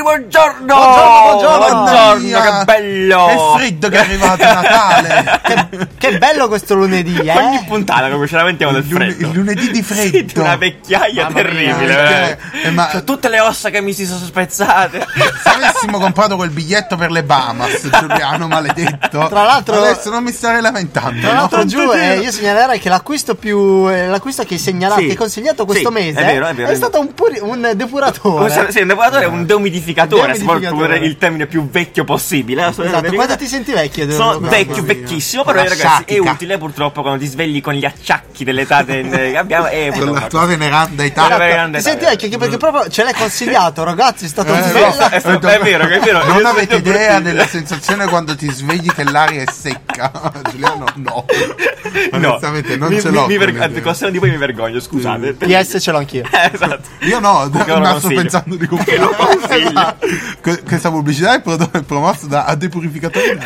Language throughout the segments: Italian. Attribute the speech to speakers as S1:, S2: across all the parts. S1: Buongiorno!
S2: Buongiorno, buongiorno!
S1: Buongiorno,
S2: Mamma mia!
S1: che bello!
S2: Che freddo che è arrivato Natale!
S3: Oh. Che, che bello questo lunedì, eh?
S1: Ogni puntata proprio ce la mettiamo del
S2: Il lune-
S1: freddo.
S2: il lunedì di freddo.
S1: Siete una vecchiaia
S3: Mamma mia,
S1: terribile,
S2: eh,
S1: veramente.
S2: eh, ma-
S3: Cioè,
S1: C'ho tutte le ossa che mi si sono spezzate.
S2: Se avessimo comprato quel biglietto per le Bahamas, Giuliano maledetto.
S3: Tra l'altro-
S2: adesso non mi starei lamentando.
S3: Tra
S2: no?
S3: l'altro, giù, eh, io segnalerei che l'acquisto più. eh, l'acquisto che hai segnalato
S1: Sì.
S3: e consigliato questo
S1: Sì,
S3: mese
S1: è vero, è vero, è
S3: stato un, puri- un
S1: Come se-
S3: depuratore.
S1: Sì, un depuratore è un deumidificatore, se vuoi
S3: Deumidificatore.
S1: pure il termine più vecchio possibile.
S3: Esatto, quando ti senti vecchio,
S1: Sono
S3: Mamma
S1: vecchio,
S3: mia.
S1: vecchissimo, però
S2: Con la
S1: ragazzi è
S2: sciatica.
S1: utile purtroppo quando ti svegli con gli acciacchi dell'età che che abbiamo. eh, È
S2: Con la tua veneranda età.
S1: Era-
S3: Esatto.
S1: grande
S3: Ti senti
S1: Italia. Eh,
S3: vecchio che perché proprio ce l'hai consigliato, ragazzi. È stato un
S2: Eh,
S3: bel-
S2: no.
S1: è, stato- è vero, che è vero.
S2: Non
S1: Io
S2: avete
S1: sento
S2: idea
S1: bruttino.
S2: della sensazione quando ti svegli che l'aria è secca. Giuliano, no.
S1: No,
S2: Onestamente, non
S1: mi,
S2: ce
S1: mi-
S2: l'ho.
S1: mi
S2: come Mm.
S1: verg-
S2: idea.
S1: anzi, con se non di voi mi vergogno, scusate.
S3: PS ce l'ho anch'io.
S1: Esatto.
S2: Io no, d-
S1: Perché lo
S2: ma sto
S1: consiglio.
S2: pensando di
S1: Perché lo consiglio.
S2: comprare. Que- Questa pubblicità è prodotto- è promossa da Depurificatore.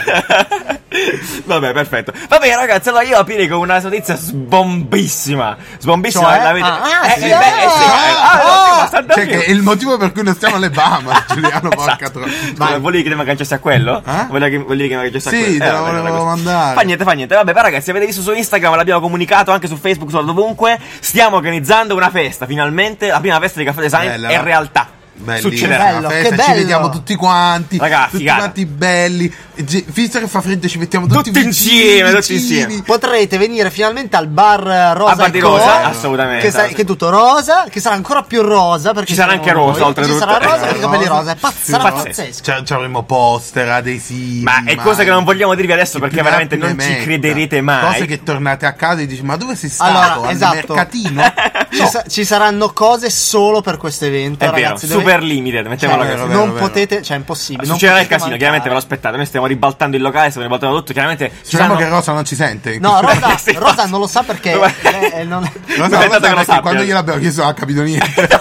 S1: Vabbè, perfetto. Vabbè, ragazzi, allora io aprirei con una notizia sbombissima. Sbombissima,
S3: Cioè?
S1: l'avete.
S3: Ah,
S1: eh,
S3: sì.
S1: eh, beh, eh, sì,
S2: Ah,
S1: eh, ah, no, sì, ma sta andando
S2: Cioè, che è
S1: io.
S2: il motivo per cui non stiamo alle Bahamas, Giuliano, porca
S1: Esatto.
S2: troia.
S1: Scusa,
S2: Vai.
S1: volevi che mi agganciassi a quello?
S2: Eh?
S1: Volevi che, volevi che mi agganciassi
S2: Sì,
S1: a quello? Eh,
S2: te la
S1: vabbè,
S2: volevo
S1: allora, questo-
S2: mandare.
S1: Fa niente, fa niente. Vabbè, beh, ragazzi, avete visto su Instagram, l'abbiamo comunicato anche su Facebook, su dovunque. Stiamo organizzando una festa, finalmente. La prima festa di Caffè Design
S2: Bella,
S1: è
S2: no?
S1: realtà.
S2: Bellissima
S1: Succederà.
S3: Bello,
S2: festa,
S3: che
S2: ci
S3: bello.
S2: vediamo tutti quanti,
S1: Ragazzi,
S2: tutti
S1: gara.
S2: quanti belli. Ge- visto che fa freddo, ci mettiamo tutti,
S1: Tutti
S2: vicini,
S1: insieme, tutti
S2: vicini.
S1: insieme.
S3: Potrete venire finalmente al bar eh, Rosa
S1: A Bar
S3: e
S1: di
S3: Co,
S1: Rosa, assolutamente.
S3: Che, sa- che è tutto rosa, che sarà ancora più rosa. Perché
S1: Ci sarà
S3: siamo
S1: anche rosa,
S3: noi.
S1: oltretutto.
S3: Ci sarà rosa perché i
S2: Rosa.
S3: capelli rosa. È pazz-
S2: Sì,
S3: sarà
S1: pazzesco.
S3: pazzesco.
S2: Cioè, ci avremo poster, adesivi.
S1: Ma è cosa che non vogliamo dirvi adesso perché veramente non ci crederete mai.
S2: Cose che tornate a casa e dici: Ma dove sei stato?
S3: Allora,
S2: Al
S3: esatto.
S2: mercatino?
S3: Ci, sa- ci saranno cose solo per questo evento,
S1: È vero,
S3: ragazzi. dove-
S1: super limited,
S3: cioè,
S1: mettiamola così.
S2: vero,
S3: non
S2: vero.
S3: potete, cioè, è impossibile. non
S1: Succederà il
S3: potete
S1: casino, chiaramente
S3: mancare.
S1: ve lo aspettate. Noi stiamo ribaltando il locale, stiamo ribaltando tutto. Chiaramente ci saranno-
S2: Speriamo Diciamo che Rosa non ci sente.
S3: No, Rosa,
S1: Sì,
S3: Rosa non lo sa perché.
S1: Dove-
S3: eh, non-
S1: Aspettate
S2: Rosa, Rosa
S1: che lo
S2: perché
S1: sappia.
S2: quando gliel'abbiamo chiesto non ha capito niente.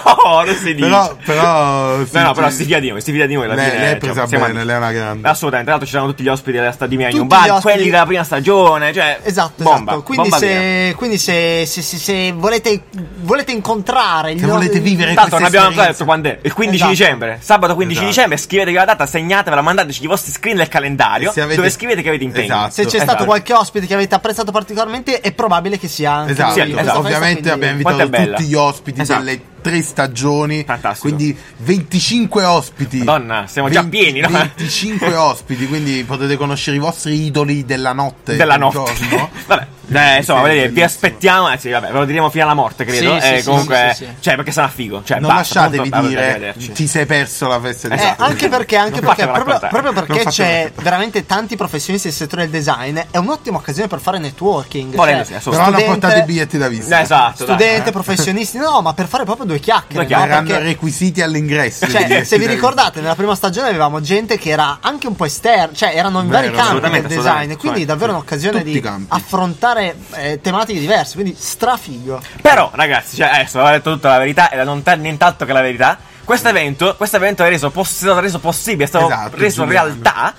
S1: no, non si dice.
S2: però, però, sì,
S1: No, no, però
S2: sì.
S1: si fida di noi, si fida di noi. alla
S2: Lei,
S1: fine,
S2: lei è
S1: cioè,
S2: presa
S1: siamo
S2: bene,
S1: amici.
S2: lei è una grande.
S1: Assolutamente, tra l'altro ci saranno tutti gli ospiti della sta di Millennium
S3: Tutti gli
S1: Bar,
S3: ospiti.
S1: quelli della prima stagione, cioè
S3: Esatto,
S1: bomba,
S3: esatto. Quindi,
S1: bomba vera.
S3: se, quindi se, se- se- se volete, volete incontrare il
S2: Se
S3: no-
S2: volete vivere
S1: Tanto non
S2: questa
S1: abbiamo ancora
S2: esperienza.
S1: detto quando è. Il 15
S3: Esatto.
S1: dicembre, sabato 15
S2: Esatto.
S1: dicembre, scrivetevi la data, segnatevela, mandateci i vostri screen del calendario
S2: E se avete-
S1: dove scrivete che avete impegni.
S2: Esatto.
S3: Se c'è
S1: Esatto.
S3: stato qualche ospite che avete apprezzato particolarmente, è probabile che sia anche
S2: Esatto,
S1: Sì,
S3: lui.
S1: esatto.
S3: Questa festa,
S2: ovviamente abbiamo
S3: quindi-
S1: Quanto è
S2: invitato
S1: bella.
S2: tutti gli ospiti
S1: Esatto.
S2: delle tre stagioni.
S1: Fantastico.
S2: Quindi 25 ospiti.
S1: Madonna, siamo già pieni, no?
S2: 25 ospiti, quindi potete conoscere i vostri idoli della notte. e
S1: della
S2: del
S1: notte.
S2: giorno.
S1: vabbè, eh, insomma, voglio
S2: Sì,
S1: dire, vi
S2: bellissimo.
S1: aspettiamo, anzi, vabbè, ve lo diremo fino alla morte, credo.
S3: Sì, sì,
S1: eh,
S3: sì,
S1: comunque,
S3: sì, sì, sì.
S1: cioè, perché sarà figo. Cioè,
S2: Non
S1: basta,
S2: lasciatevi
S1: appunto,
S2: dire
S1: arrivederci.
S2: ti sei perso la festa di
S3: Eh,
S2: Natale".
S3: anche perché, anche
S1: Esatto. Non
S3: perché
S1: fatelo
S3: proprio,
S1: raccontare.
S3: proprio
S2: Non
S3: perché
S2: fatelo
S3: c'è
S2: raccontare.
S3: veramente tanti professionisti del settore del design, è un'ottima occasione per fare networking.
S1: Volendo, sì,
S3: cioè,
S1: assolutamente.
S2: Però non
S3: studente-
S2: portate i biglietti da visita.
S1: Eh, esatto, dai.
S3: studente, professionisti, no, ma per fare proprio due chiacchiere.
S1: Due
S3: no?
S1: chiacchiere.
S2: Verranno
S3: Perché-
S2: requisiti all'ingresso. i
S3: Cioè,
S2: biglietti
S3: se vi
S2: da
S3: ricordate, nella prima stagione avevamo gente che era anche un po' esterna, cioè erano in vari
S2: Vero,
S3: campi del
S1: assolutamente,
S3: design,
S1: assolutamente,
S3: quindi
S1: sì.
S3: davvero un'occasione
S2: Tutti i
S3: di
S2: campi.
S3: affrontare eh, tematiche diverse, quindi strafigo.
S1: Però, ragazzi, cioè, adesso ho detto tutta la verità e la non è nient'altro che la verità. Questo evento, questo evento è reso, poss- è stato reso possibile, è stato
S2: Mm. Esatto,
S1: reso
S2: Giuliano.
S1: realtà.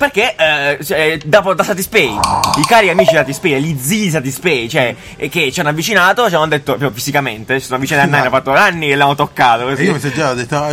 S1: Perché eh, cioè, da, da Satispay, i cari amici da Satispay, gli zii di Satispay, cioè, e che ci hanno avvicinato, ci hanno detto proprio fisicamente, ci sono avvicinati a Nani, hanno
S2: Esatto.
S1: fatto anni e l'hanno toccato.
S2: visita.
S1: Così.
S2: E io mi sono già detto, "Ah,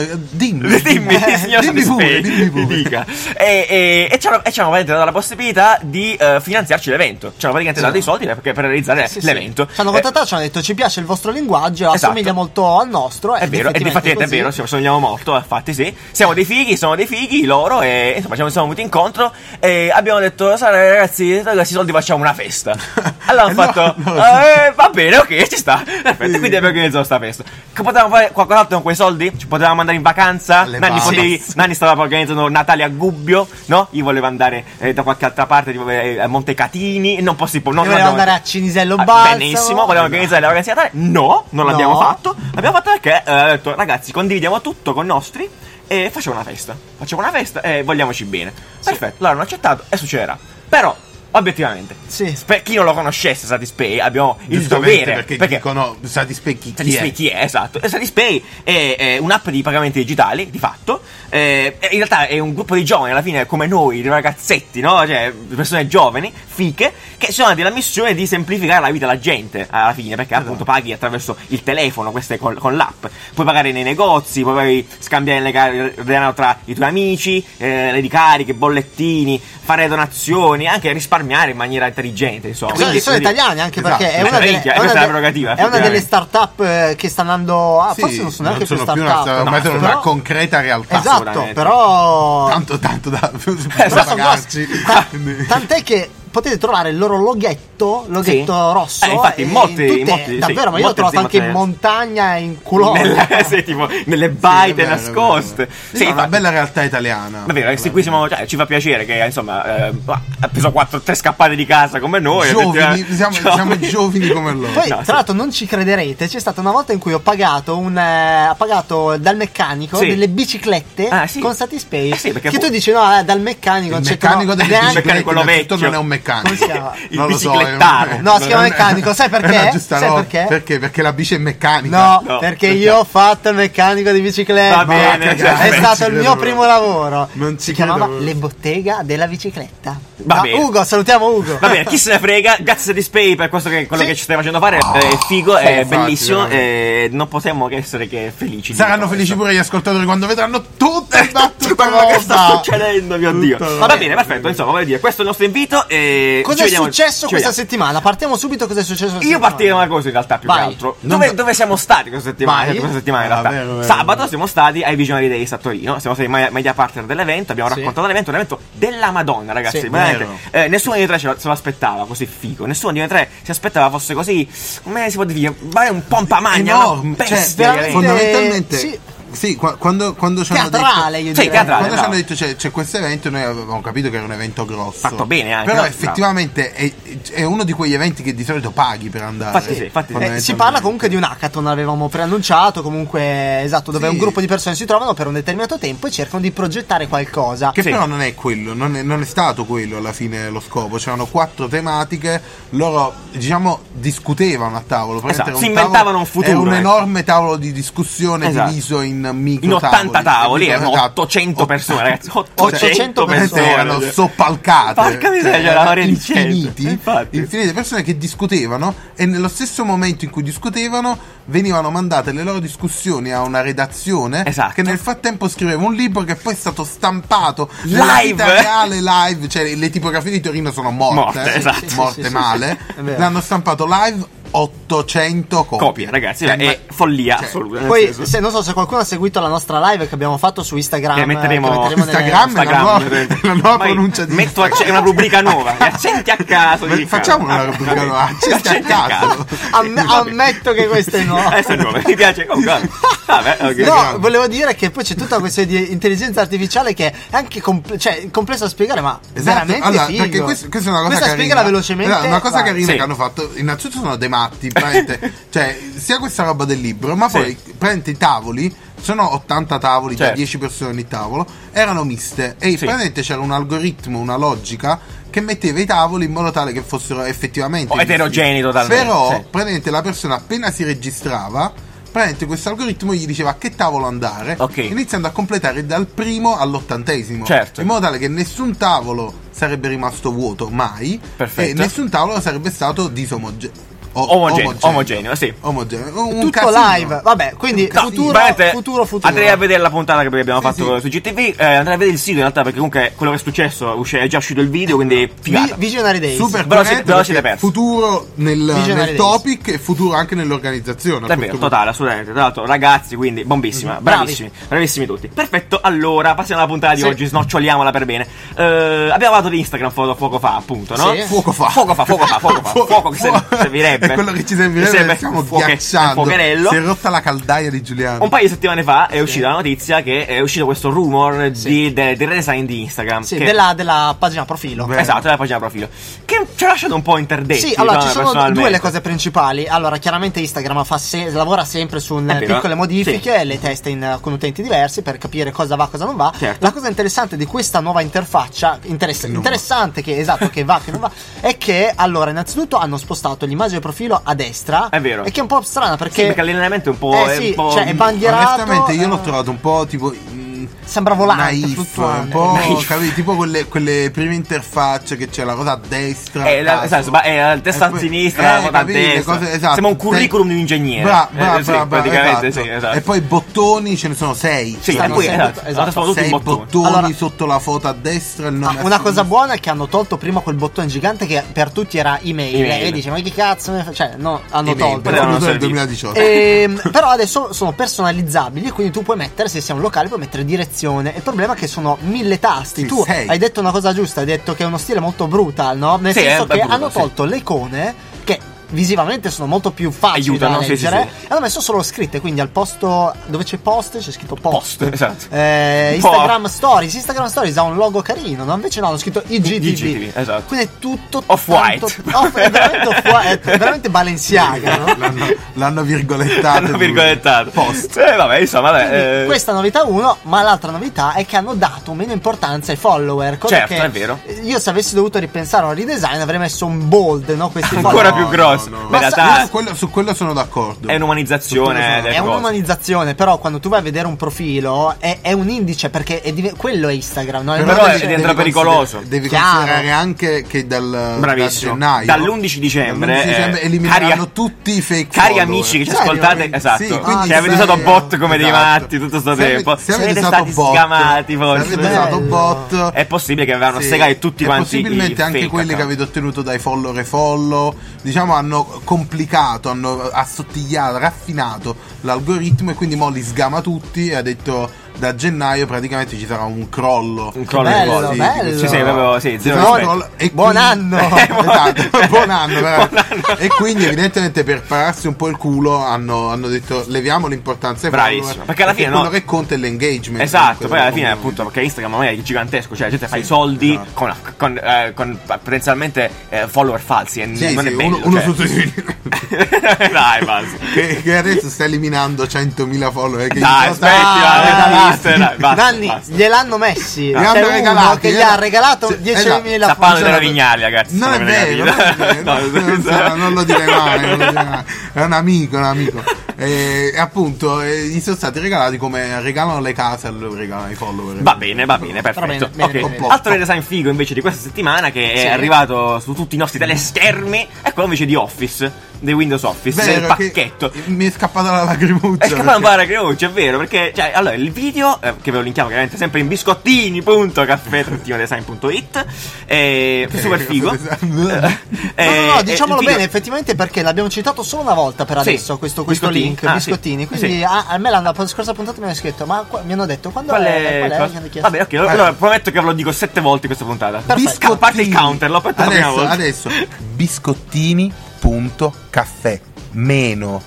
S2: dimmi,
S1: Dimmi, signor
S2: dimmi pure,
S1: Satisfay,
S2: dimmi pure.
S1: mi dica. E, e, e ci hanno, e ci hanno praticamente dato la possibilità di eh, finanziarci l'evento. Ci hanno praticamente dato i soldi per, per realizzare
S3: Sì, sì.
S1: l'evento.
S3: Ci hanno
S1: Eh,
S3: contattato, ci hanno detto ci piace il vostro linguaggio,
S1: Esatto.
S3: assomiglia molto al nostro.
S1: È
S3: ed
S1: vero, e infatti
S3: effettivamente
S1: è vero,
S3: così.
S1: ci sognavo molto, infatti sì. Siamo dei fighi, sono dei fighi loro e insomma ci siamo venuti incontro e abbiamo detto, "Sai, ragazzi, da questi soldi facciamo una festa. Allora hanno
S2: No,
S1: fatto,
S2: no.
S1: "Eh, va bene, ok, ci sta. Perfetto, quindi abbiamo organizzato sta festa. Che potevamo fare qualcos'altro con quei soldi? Ci potevamo mandare in vacanza?
S2: Alle
S1: Nanni,
S2: Bahamas.
S1: potevi- Nanni stava organizzando Natale a Gubbio, no? Io volevo andare eh, da qualche altra parte, tipo eh, a Montecatini, non possibile. Non,
S3: Io volevo
S1: non abbiamo-
S3: andare a Cinisello
S1: Ah,
S3: Balsamo.
S1: Benissimo, volevamo organizzare le vacanze di Natale. No, non
S3: No.
S1: l'abbiamo fatto. L'abbiamo fatto perché eh, ho detto, ragazzi, condividiamo tutto con i nostri e facciamo una festa. Facciamo una festa e vogliamoci bene. Perfetto, loro hanno accettato e succederà. Però, Obiettivamente.
S3: Sì.
S1: Per chi non lo conoscesse, Satispay, abbiamo il
S2: Giustamente
S1: dovere.
S2: perché, dicono Satispay chi, chi
S1: Satispay
S2: è?
S1: chi è? Esatto. E Satispay è, è un'app di pagamenti digitali, di fatto. Eh, e in realtà è un gruppo di giovani, alla fine, come noi, di ragazzetti, no? Cioè, persone giovani, fiche, che sono della missione di semplificare la vita alla gente, alla fine, perché
S3: Esatto.
S1: appunto paghi attraverso il telefono, queste con, con l'app. Puoi pagare nei negozi, puoi poi scambiare le car- il denaro tra i tuoi amici, eh, le ricariche, bollettini, fare donazioni, anche risparmiare in maniera intelligente, insomma.
S3: Sono,
S1: Quindi-
S3: sono italiani anche
S2: esatto.
S3: perché è
S1: Eh,
S3: una delle,
S1: minchia,
S3: è
S1: questa
S3: una
S1: è la
S3: de-
S1: prerogativa,
S3: è una delle
S1: effettivamente.
S3: start-up eh, che sta andando. Ah,
S2: Sì,
S3: forse non sono neanche più
S2: sono più una,
S3: start-up.
S2: ormai sono una
S3: però-
S2: concreta realtà.
S3: Esatto,
S1: assolutamente.
S3: però.
S2: Tanto, tanto da
S1: sono
S2: pagarci.
S3: Ta- Ah, tant'è che potete trovare il loro loghetto, loghetto
S1: Sì.
S3: rosso.
S1: Eh, infatti, in
S3: e
S1: molti-
S3: tutte-
S1: in molti- sì,
S3: davvero, ma io l'ho
S1: molte
S3: trovato anche in
S1: aziende-
S3: montagna e in Culonia.
S1: nelle, sì, tipo, nelle
S2: Vai,
S1: baite nascoste. Sì,
S2: una
S1: infatti.
S2: bella realtà italiana.
S1: Davvero, eh, sì, qui siamo, cioè, ci fa piacere che insomma eh, ha preso 4-3 scappate di casa come noi. eh,
S2: giovani,
S1: effettivamente.
S2: siamo, siamo giovani come loro.
S3: Poi,
S1: No, sì.
S3: tra l'altro, non ci crederete, c'è stata una volta in cui ho pagato, un, eh, ho pagato dal meccanico
S1: Sì.
S3: delle biciclette
S1: Ah, sì.
S3: con Satispay.
S1: Eh sì, perché
S3: che
S1: pu-
S3: tu dici, no, eh, dal meccanico
S2: il
S3: non c'è
S2: meccanico del
S1: neanche-
S2: biciclette,
S1: meccanico quello
S2: innanzitutto
S1: vecchio.
S2: non è un meccanico.
S3: Come si chiama?
S1: Il
S2: Non lo so, è un-
S1: biciclettaro.
S3: No, si chiama
S2: non è-
S3: meccanico, sai
S2: è una
S3: perché?
S2: giusta
S3: Sai
S2: roba.
S3: perché?
S2: Perché? Perché la bici è meccanica.
S3: No,
S1: No,
S3: perché
S1: perché-
S3: io ho fatto il meccanico di bicicletta.
S1: Va bene,
S3: Ma che
S1: cioè,
S3: è
S1: non
S2: ci
S3: stato il
S2: credo
S3: mio
S2: proprio.
S3: primo lavoro.
S2: Non ci
S3: si
S2: credo
S3: chiamava
S2: proprio.
S3: Le bottega della bicicletta.
S1: Va
S3: Da
S1: bene.
S3: Ugo, salutiamo Ugo.
S1: Va bene, chi se ne frega, grazie di Spay per questo che, quello
S3: Sì.
S1: che ci stai facendo fare. È figo, è
S2: infatti,
S1: bellissimo.
S2: veramente.
S1: eh, non potremmo che essere che felici. di
S2: Saranno
S1: questo.
S2: felici pure gli ascoltatori quando vedranno tutta
S1: Eh,
S2: la
S1: tutto quello che sta succedendo, mio Dio.
S2: Tutto.
S1: Va bene, perfetto. Insomma, voglio dire, questo è il nostro invito. E
S3: Cos'è
S1: ci vediamo-
S3: successo
S1: ci
S3: questa
S1: vediamo.
S3: settimana? Partiamo subito cosa è successo questa
S1: Io
S3: settimana.
S1: partirei da una cosa in realtà più
S3: Vai.
S1: che altro.
S2: Non
S1: Dove,
S2: va-
S1: dove siamo stati questa settimana?
S3: Vai.
S1: Questa settimana in
S2: Ah,
S1: realtà.
S2: vero, vero,
S1: Sabato
S2: vero.
S1: siamo stati ai Visionary Days a Torino, siamo stati media, media partner dell'evento, abbiamo
S3: Sì.
S1: raccontato l'evento, un evento della Madonna, ragazzi.
S3: Sì,
S1: veramente. Eh, nessuno di noi tre ce lo- se lo aspettava così figo, nessuno di noi tre si aspettava fosse così. Come si può dire? Vai un pompamagna,
S2: Enorme,
S1: una
S2: Eh, cioè,
S1: bestia,
S3: veramente-
S1: veramente.
S2: Fondamentalmente,
S3: Sì.
S2: sì, qua- quando, quando ci hanno detto,
S3: Teatrale, io
S1: Sì,
S3: direi.
S1: teatrale.
S2: Quando ci
S1: bravo.
S2: hanno detto c'è, c'è questo evento, noi avevamo capito che era un evento grosso.
S1: Fatto bene anche,
S2: Però
S1: no?
S2: effettivamente è, è uno di quegli eventi che di solito paghi per andare.
S1: Infatti sì, infatti sì.
S3: Eh,
S2: Fondamentalmente.
S3: si parla comunque di un hackathon, l'avevamo preannunciato, comunque esatto, dove
S2: Sì.
S3: un gruppo di persone si trovano per un determinato tempo e cercano di progettare qualcosa.
S2: Che
S1: Sì.
S2: però non è quello, non è, non è stato quello alla fine lo scopo. C'erano quattro tematiche, loro diciamo discutevano a tavolo. praticamente
S1: Esatto, si
S2: era
S1: inventavano
S2: tavolo-
S1: un futuro,
S2: Era un
S1: ecco.
S2: enorme tavolo di discussione
S1: Esatto.
S2: diviso in micro
S1: In 80 tavoli,
S2: Esatto.
S1: erano 800 persone, ragazzi. 800
S3: 800
S1: persone.
S3: persone.
S2: erano soppalcate
S1: Porca miseria, c'era la
S2: erano
S1: marea di
S2: infiniti,
S1: gente, infatti.
S2: infinite persone che discutevano e nello stesso momento in cui discutevano venivano mandate le loro discussioni a una redazione
S1: Esatto.
S2: che nel frattempo scriveva un libro che poi è stato stampato
S1: Live!
S2: nella vita reale live cioè le tipografie di Torino sono morte
S1: Morte,
S2: eh,
S1: esatto.
S2: morte
S3: Sì, sì, sì,
S2: male
S3: sì. È vero.
S2: l'hanno stampato live 800 copie,
S1: Copie, ragazzi, è,
S2: Eh, ma-
S1: follia
S2: cioè,
S1: assoluta. nel
S3: Poi,
S1: senso.
S3: se, non so se qualcuno ha seguito la nostra live che abbiamo fatto su Instagram. eh,
S1: Che metteremo-
S3: che nelle-
S2: Instagram?
S1: Instagram,
S2: la nuova-
S1: vedete.
S2: la nuova
S1: Ormai
S2: pronuncia di
S1: metto acce- una rubrica nuova gli accenti a caso
S2: Ma
S1: di Ah,
S2: facciamo
S1: Riccardo.
S2: una rubrica nuova, accenti a
S1: Accenti
S2: caso.
S3: Amm-
S1: Sì, va bene.
S3: ammetto che questa è nuova.
S1: Questa Eh, è nuova, mi piace comunque vabbè ok.
S3: No,
S2: Instagram.
S3: volevo dire che poi c'è tutta questa di intelligenza artificiale che è anche compl- cioè, complesso da spiegare, ma veramente
S2: Esatto. allora,
S3: figo.
S2: perché questo- questa è una cosa
S3: Questa
S2: carina.
S3: spiegala velocemente.
S2: Allora, una cosa
S3: vai.
S2: carina
S1: Sì.
S2: che hanno fatto, innanzitutto sono dei matti, praticamente. cioè, sia questa roba del libro, ma
S1: Sì.
S2: poi praticamente i tavoli, sono 80 tavoli, da
S1: Certo.
S2: 10 persone ogni tavolo, erano miste e praticamente c'era un algoritmo, una logica che metteva i tavoli in modo tale che fossero effettivamente
S1: O
S2: misti.
S1: Oh, eterogenei totalmente,
S2: Però,
S1: sì.
S2: praticamente la persona appena si registrava Praticamente questo algoritmo gli diceva a che tavolo andare,
S1: Ok.
S2: iniziando a completare dal primo all'ottantesimo.
S1: Certo.
S2: In modo tale che nessun tavolo sarebbe rimasto vuoto mai
S1: Perfetto.
S2: e nessun tavolo sarebbe stato disomogeneo.
S1: Omogeneo, omogeneo, sì.
S2: Omogeneo. Un
S3: tutto
S2: casino.
S3: live. Vabbè, quindi
S1: No,
S3: futuro,
S1: veramente,
S3: futuro, futuro.
S1: Andrei a vedere la puntata che abbiamo
S2: Sì,
S1: fatto
S2: sì.
S1: su GTV. eh, andrei a vedere il sito in realtà perché comunque quello che è successo usci- è già uscito il video, quindi
S3: Vi-
S1: figata.
S3: Visionary Days.
S2: Super
S1: Però se-
S2: corretto,
S1: però siete
S2: perché
S1: persi.
S2: futuro nel,
S3: Visionary
S2: nel
S3: Days.
S2: topic e futuro anche nell'organizzazione. a
S1: Davvero,
S2: questo punto.
S1: totale, assolutamente. Tra l'altro, ragazzi, quindi bombissima,
S3: Mhm. Bravi.
S1: bravissimi, bravissimi tutti. Perfetto, allora passiamo alla puntata di
S3: Sì.
S1: oggi, snoccioliamola per bene. Eh, abbiamo parlato di Instagram fo- poco fa, appunto, no?
S3: Sì.
S2: Fuoco fa.
S1: Fuoco fa, fuoco fa, fuoco fa.
S2: Fuoco-
S1: Fuoco che ser-
S2: fuoco-
S1: servirebbe. sempre.
S2: È quello che ci servirebbe, stiamo
S1: un fuoche-
S2: ghiacciando.
S1: un fuocherello.
S2: Si è rotta la caldaia di Giuliano.
S1: Un paio di settimane fa è uscita la notizia che è uscito questo rumor di, de- del redesign di Instagram.
S3: Sì,
S1: che-
S3: della, della pagina profilo.
S2: Beh,
S1: Esatto, della pagina profilo. Che ci ha lasciato un po' interdetti.
S3: Sì, allora
S1: no,
S3: ci sono
S1: personalmente.
S3: due le cose principali. Allora, chiaramente Instagram fa se- lavora sempre su un-
S1: È vero,
S3: piccole
S1: eh?
S3: modifiche, le testa in, eh, con utenti diversi per capire cosa va, cosa non va.
S1: Certo.
S3: La cosa interessante di questa nuova interfaccia, interess-
S2: Che non va.
S3: interessante, che esatto, che va, che non va, è che allora, innanzitutto hanno spostato l'immagine profilo a destra.
S1: È vero.
S3: E che è un po' strana perché.
S1: Sì, perché l'allenamento è un po'.
S3: Eh
S1: è un
S3: sì,
S1: po'-
S3: cioè, è bandierato.
S2: Onestamente, io l'ho
S3: eh,
S2: trovato un po' tipo. mm,
S3: Sembra volante,
S2: naif, un
S3: fluttuante.
S2: po',
S1: Naif.
S2: capito? Tipo quelle, quelle prime interfacce che c'è la cosa a destra.
S1: Eh,
S2: a
S1: la-
S2: caso.
S1: esatto, ma- eh, la testa
S2: E poi-
S1: a sinistra, la cosa a
S2: capito, le
S1: destra.
S2: cose- esatto.
S1: Sembra un curriculum
S2: Te-
S1: di un ingegnere.
S2: Bra,
S1: Eh,
S2: bra,
S1: sì,
S2: bra, bra,
S1: praticamente,
S2: esatto.
S1: sì, esatto.
S2: E poi bottoni ce ne sono sei.
S1: Sì, e
S3: stanno
S1: poi
S3: sempre-
S1: esatto,
S3: esatto,
S1: esatto, sono tutti
S2: sei
S1: in
S2: bottoni,
S1: bottone.
S3: Allora-
S2: sotto la foto a destra. e Il
S3: Ah,
S2: nome a
S3: una cosa
S2: sinistra.
S3: buona è che hanno tolto prima quel bottone gigante che per tutti era email,
S1: Email.
S3: e dice ma che cazzo ne fa-" cioè no hanno
S2: Email,
S3: tolto
S1: Però non
S2: Soprattutto nel
S1: serve.
S2: 2018.
S1: diciamo.
S3: Ehm, però adesso sono personalizzabili quindi tu puoi mettere se sei un locale puoi mettere direzione il problema è che sono mille tasti
S2: Sì,
S3: tu
S2: sei.
S3: hai detto una cosa giusta hai detto che è uno stile molto brutal no? nel
S1: Sì,
S3: senso
S1: è- è
S3: che
S1: brutto,
S3: hanno
S1: sì.
S3: tolto le icone che visivamente sono molto più facili
S1: Aiutano,
S3: da
S1: sì, sì,
S3: leggere
S1: sì.
S3: e hanno messo solo scritte quindi al posto dove c'è post c'è scritto post,
S1: Post, esatto.
S3: Eh,
S1: Po-
S3: Instagram Stories Instagram Stories ha un logo carino no? invece no hanno scritto IGTV,
S1: IGTV, esatto.
S3: quindi è tutto
S1: Off-white.
S3: tanto- off- è veramente off-white è veramente Balenciaga no?
S2: l'hanno, l'hanno virgolettato.
S1: Hanno virgolettato.
S2: Post.
S1: Eh, vabbè, insomma, vabbè,
S3: Quindi
S1: eh,
S3: questa è novità 1, ma l'altra novità è che hanno dato meno importanza ai follower. Cosa
S1: Certo,
S3: che
S1: è vero.
S3: Io se avessi dovuto ripensare a un redesign avrei messo un bold, no? Questi
S1: ancora
S3: follower.
S1: più grosso.
S2: no, no.
S1: Ma
S3: Ma
S1: in
S3: sa-
S1: realtà
S2: Su quello, su quello sono d'accordo.
S1: è un'umanizzazione del
S3: È
S1: coso.
S3: un'umanizzazione, però quando tu vai a vedere un profilo è, è un indice perché è div- quello è Instagram, no? È
S1: Però
S3: un
S1: è-
S3: indice-
S1: è dentro- diventa pericoloso.
S2: Devi
S3: Chiaro.
S2: considerare anche che dal da
S1: Bravissimo.
S2: gennaio
S1: Dall'11 dicembre,
S2: dall'11 dicembre
S1: eh,
S2: elimineranno
S1: cari-
S2: tutti i fake
S1: Cari
S2: follower.
S1: amici che ci
S3: Serio?
S1: ascoltate, esatto,
S2: Sì,
S1: che
S3: quindi
S1: avete
S3: serio?
S1: usato bot come dei
S2: Esatto.
S1: matti tutto sto
S2: Se avete-
S1: tempo,
S2: se avete
S1: siete
S2: usato
S1: stati
S2: bot,
S1: sgamati voi.
S2: Se avete usato
S3: Bello.
S2: bot.
S1: È possibile che avevano
S2: Sì.
S1: segato tutti
S2: E
S1: quanti
S2: Possibilmente
S1: i
S2: anche
S1: fake
S2: quelli che
S1: account.
S2: avete ottenuto dai follow e follow. Diciamo hanno complicato, hanno assottigliato, raffinato l'algoritmo e quindi mo li sgama tutti e ha detto da gennaio praticamente ci sarà un crollo.
S1: Un crollo
S3: Bello,
S1: di follower.
S3: bello.
S2: di questo-
S1: Sì, sì, proprio, sì, zero
S2: Esatto,
S1: rispetto. Eh,
S2: e
S3: Buon
S2: quindi-
S3: anno.
S2: Esatto, buon anno, veramente.
S1: Buon anno.
S2: E quindi evidentemente per pararsi un po' il culo hanno, hanno detto leviamo l'importanza ai
S1: Bravissimo,
S2: follower,
S1: perché alla fine,
S2: quello
S1: no-
S2: che conta è l'engagement.
S1: Esatto,
S2: comunque,
S1: poi alla
S2: della
S1: fine
S2: community.
S1: appunto perché Instagram ormai è gigantesco, cioè la gente fa i soldi
S2: esatto.
S1: con, con, eh, con potenzialmente eh, follower falsi e
S2: Sì,
S1: non
S2: sì,
S1: è bello.
S2: uno, uno
S1: cioè.
S2: su tutti.
S1: Dai, basta.
S2: che, che adesso sta eliminando 100.000 follower. Che
S1: Dai,
S2: gli costa-
S1: aspetta. Metti la
S3: Ah,
S1: regalista,
S3: dai.
S1: dai, basta,
S3: Nanni,
S1: basta.
S3: gliel'hanno messi.
S2: Gli
S3: C'è
S2: hanno
S3: uno
S2: regalati,
S3: che gli
S2: esatto.
S3: ha regalato
S2: Sì, esatto.
S3: 10.000
S1: Sta parlando della
S2: funziona-
S1: vignaia, ragazzi.
S2: Non è
S1: non me ne
S2: vero, non è vero,
S1: capita. No,
S2: non, sarà- non lo direi mai, non lo direi mai. È un amico, è un amico. E appunto, eh, gli sono stati regalati come regalano le case, lo regalano i follower.
S1: Va bene, va bene, perfetto.
S3: bene, bene,
S1: Ok,
S3: bene,
S2: bene.
S1: Altro design figo invece di questa settimana che
S3: Sì.
S1: è arrivato su tutti i nostri teleschermi è quello invece di Office, di Windows Office,
S2: Vero
S1: il
S2: che
S1: pacchetto.
S2: Mi è scappata la lacrimuccia.
S1: È scappato un
S2: perché-
S1: po' la cremuccia, è vero, perché cioè, allora il video, eh, che ve lo linkiamo chiaramente sempre in biscottini.caffè-design.it è super figo.
S3: No,
S1: Eh,
S3: no, no,
S1: eh,
S3: diciamolo
S1: il video-
S3: bene, effettivamente perché l'abbiamo citato solo una volta per
S1: Sì,
S3: adesso questo, questo
S1: biscottini.
S3: link,
S1: Ah,
S3: biscottini.
S1: sì.
S3: Quindi
S1: Sì.
S3: a, a me l'hanno- la scorsa puntata mi hanno scritto, ma qua- mi hanno detto quando
S1: Qual
S3: è,
S1: è-
S3: qual è?
S1: cosa-
S3: Mi hanno chiesto.
S1: Vabbè, ok, allora, allora prometto che ve lo dico sette volte in questa puntata.
S3: Perfetto.
S1: Biscottini. A parte il counter, l'ho aperto la prima
S2: adesso,
S1: volta.
S2: adesso biscottini.caffè meno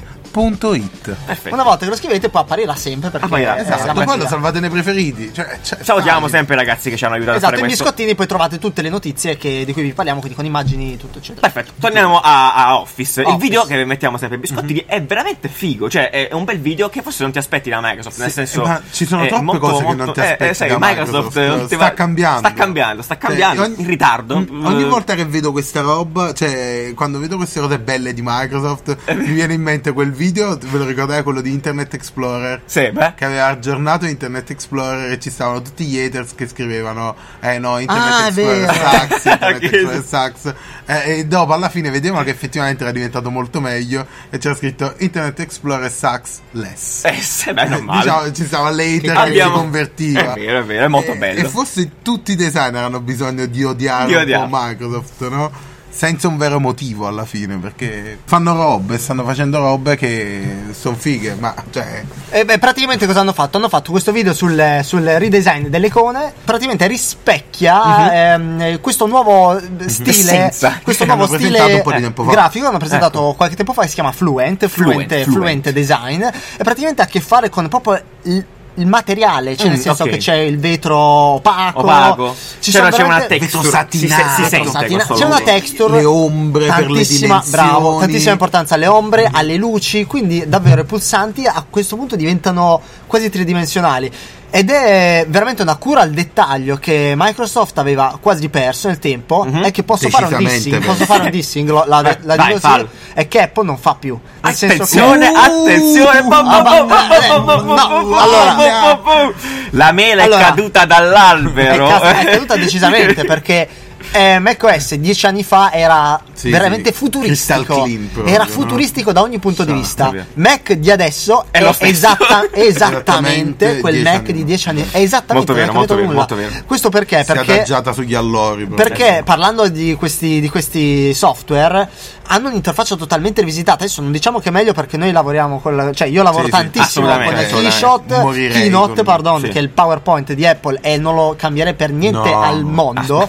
S2: design.it
S1: Perfetto.
S3: Una volta che lo scrivete poi apparirà sempre perché
S1: Apparirà,
S3: eh,
S1: esatto,
S3: sarà
S2: Esatto, poi lo
S3: partita.
S2: salvate nei preferiti. Cioè, cioè,
S1: Salutiamo
S2: sai.
S1: sempre i ragazzi che ci hanno aiutato a
S3: Esatto, in
S1: fare questo.
S3: biscottini poi trovate tutte le notizie che- di cui vi parliamo, quindi con immagini tutto eccetera.
S1: Perfetto, torniamo a, a Office.
S3: Office.
S1: Il video che mettiamo sempre in
S2: Mhm.
S1: biscottini è veramente figo. Cioè, è un bel video che forse non ti aspetti da Microsoft. Nel
S2: Sì,
S1: senso,
S2: ma ci sono
S1: è
S2: troppe
S1: molto-
S2: cose che
S1: molto-
S2: non ti
S1: eh,
S2: aspetti.
S1: eh, sai,
S2: da
S1: Microsoft,
S2: Microsoft.
S1: ultima-
S2: sta cambiando.
S1: Sta cambiando, sta
S2: Cioè,
S1: cambiando.
S2: ogni-
S1: in ritardo.
S2: Mm, Ogni
S1: Eh,
S2: volta che vedo questa roba, cioè, quando vedo queste cose belle di
S1: Eh.
S2: Microsoft, mi viene in mente quel video. Ve lo ricordate quello di Internet Explorer?
S1: Sì, beh.
S2: Che aveva aggiornato Internet Explorer e ci stavano tutti gli haters che scrivevano: Eh no, Internet
S3: Ah, è
S2: Explorer
S3: vero.
S2: sucks, Internet
S1: Ok.
S2: Explorer sucks. Eh, e dopo alla fine vedevano che effettivamente era diventato molto meglio. E c'era scritto Internet Explorer sucks less.
S1: Eh, sì, beh, non male.
S2: Diciamo, ci stava l'hater che
S1: Abbiamo-
S2: si convertiva. Eh,
S1: È vero, è vero, è molto
S2: E-
S1: bello.
S2: E forse tutti i designer hanno bisogno di odiare
S1: Di
S2: un
S1: odiare.
S2: po' Microsoft, no? senza un vero motivo alla fine, perché fanno robe, stanno facendo robe che sono fighe, ma cioè...
S3: E Eh, beh, praticamente cosa hanno fatto? Hanno fatto questo video sul, sul redesign delle icone, praticamente rispecchia ehm, questo nuovo eh, stile,
S1: Essenza.
S3: questo
S2: Che hanno
S3: nuovo
S2: presentato
S3: stile
S2: un po' di
S3: eh,
S2: tempo fa.
S3: grafico, hanno presentato
S1: Ecco.
S3: qualche tempo fa, che si chiama Fluent,
S1: Fluent,
S3: Fluent, Fluent,
S1: Fluent.
S3: Design, e praticamente ha a che fare con proprio il, il materiale, cioè
S1: Mm,
S3: nel senso
S1: ok.
S3: che c'è il vetro opaco,
S1: Opaco.
S3: ci
S1: C'era-
S3: sono
S1: c'è una
S3: veramente-
S1: texture.
S2: Vetro
S1: si,
S2: satinato,
S1: si sente
S2: vetro
S3: Statina-
S1: questo
S3: c'è una
S1: logo.
S3: texture
S2: Le ombre per le
S3: tantissima- bravo,
S2: dimensioni.
S3: tantissima importanza alle ombre alle luci quindi davvero i pulsanti a questo punto diventano quasi tridimensionali ed è veramente una cura al dettaglio che Microsoft aveva quasi perso nel tempo
S1: Mhm.
S3: è che posso fare un
S2: Decisamente
S3: dissing
S2: perso.
S3: posso fare un dissing lo- la, la,
S1: Vai, vai,
S3: dico sì,
S1: fallo.
S3: e che Apple non fa più nel senso che- Uh, Ah,
S1: Attenzione, attenzione. bom, bom, bom, bom, bom, bom, bom,
S3: No,
S1: bom, bom,
S3: allora- eh,
S1: bom, bom, bom. La mela
S3: Allora-
S1: è caduta dall'albero. Eh.
S3: È, cas- è caduta decisamente perché eh, macOS dieci anni fa era
S2: Sì,
S3: veramente
S2: sì.
S3: futuristico.
S2: Crystal clean proprio,
S3: era
S2: no?
S3: futuristico da ogni punto di
S2: Sì,
S3: vista.
S1: proprio.
S3: Mac di adesso
S1: È
S3: è,
S1: lo stesso.
S3: esatta- è esattamente
S2: Esattamente
S3: quel
S2: dieci
S3: Mac
S2: anni
S3: di
S2: fa.
S3: dieci anni. È esattamente
S1: Molto vero,
S3: non è
S1: molto
S3: cambiato
S1: vero,
S3: nulla.
S1: molto vero.
S3: Questo perché?
S2: Si è
S3: Perché
S2: adagiata sugli allori. proprio. Cioè,
S3: perché parlando di questi, di questi software hanno un'interfaccia totalmente rivisitata. Adesso non diciamo che è meglio perché noi lavoriamo con la, cioè io lavoro
S2: Sì, sì,
S3: tantissimo con
S1: assolutamente,
S3: il
S2: assolutamente.
S3: Keyshot,
S2: Morirei
S3: Keynote,
S2: con-
S3: pardon,
S1: sì.
S3: che è il PowerPoint di Apple e non lo cambierei per niente
S2: No.
S3: al
S1: Ah,
S3: mondo.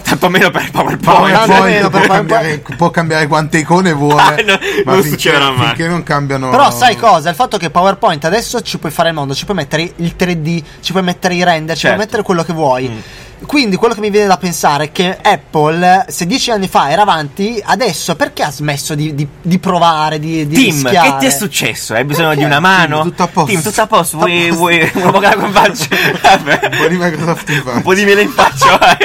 S1: Tanto meno per PowerPoint.
S3: PowerPoint.
S2: Poi,
S3: Tanto meno,
S2: può,
S3: per-
S2: cambiare, può cambiare quante icone vuole,
S1: Ah, no, non
S2: finché-
S1: succederà mai.
S2: finché non cambiano.
S3: Però sai cosa? Il fatto che PowerPoint adesso ci puoi fare il mondo, ci puoi mettere il 3D, ci puoi mettere i render, ci puoi
S1: Certo.
S3: mettere quello che vuoi. Quindi quello che mi viene da pensare è che Apple, se dieci anni fa era avanti, adesso perché ha smesso di, di- di provare, di, di
S1: Tim, che
S3: rischiare?
S1: ti è successo? Hai bisogno
S2: Perché?
S1: di una mano?
S2: Tim, tutto a posto.
S1: Tim, tutto a posto.
S2: Tutto a
S1: Vuoi,
S2: posto.
S1: vuoi una bocca con faccia? Vabbè.
S2: Un po' di Microsoft in
S1: Un po'
S2: faccia.
S1: di mele in faccia. vai.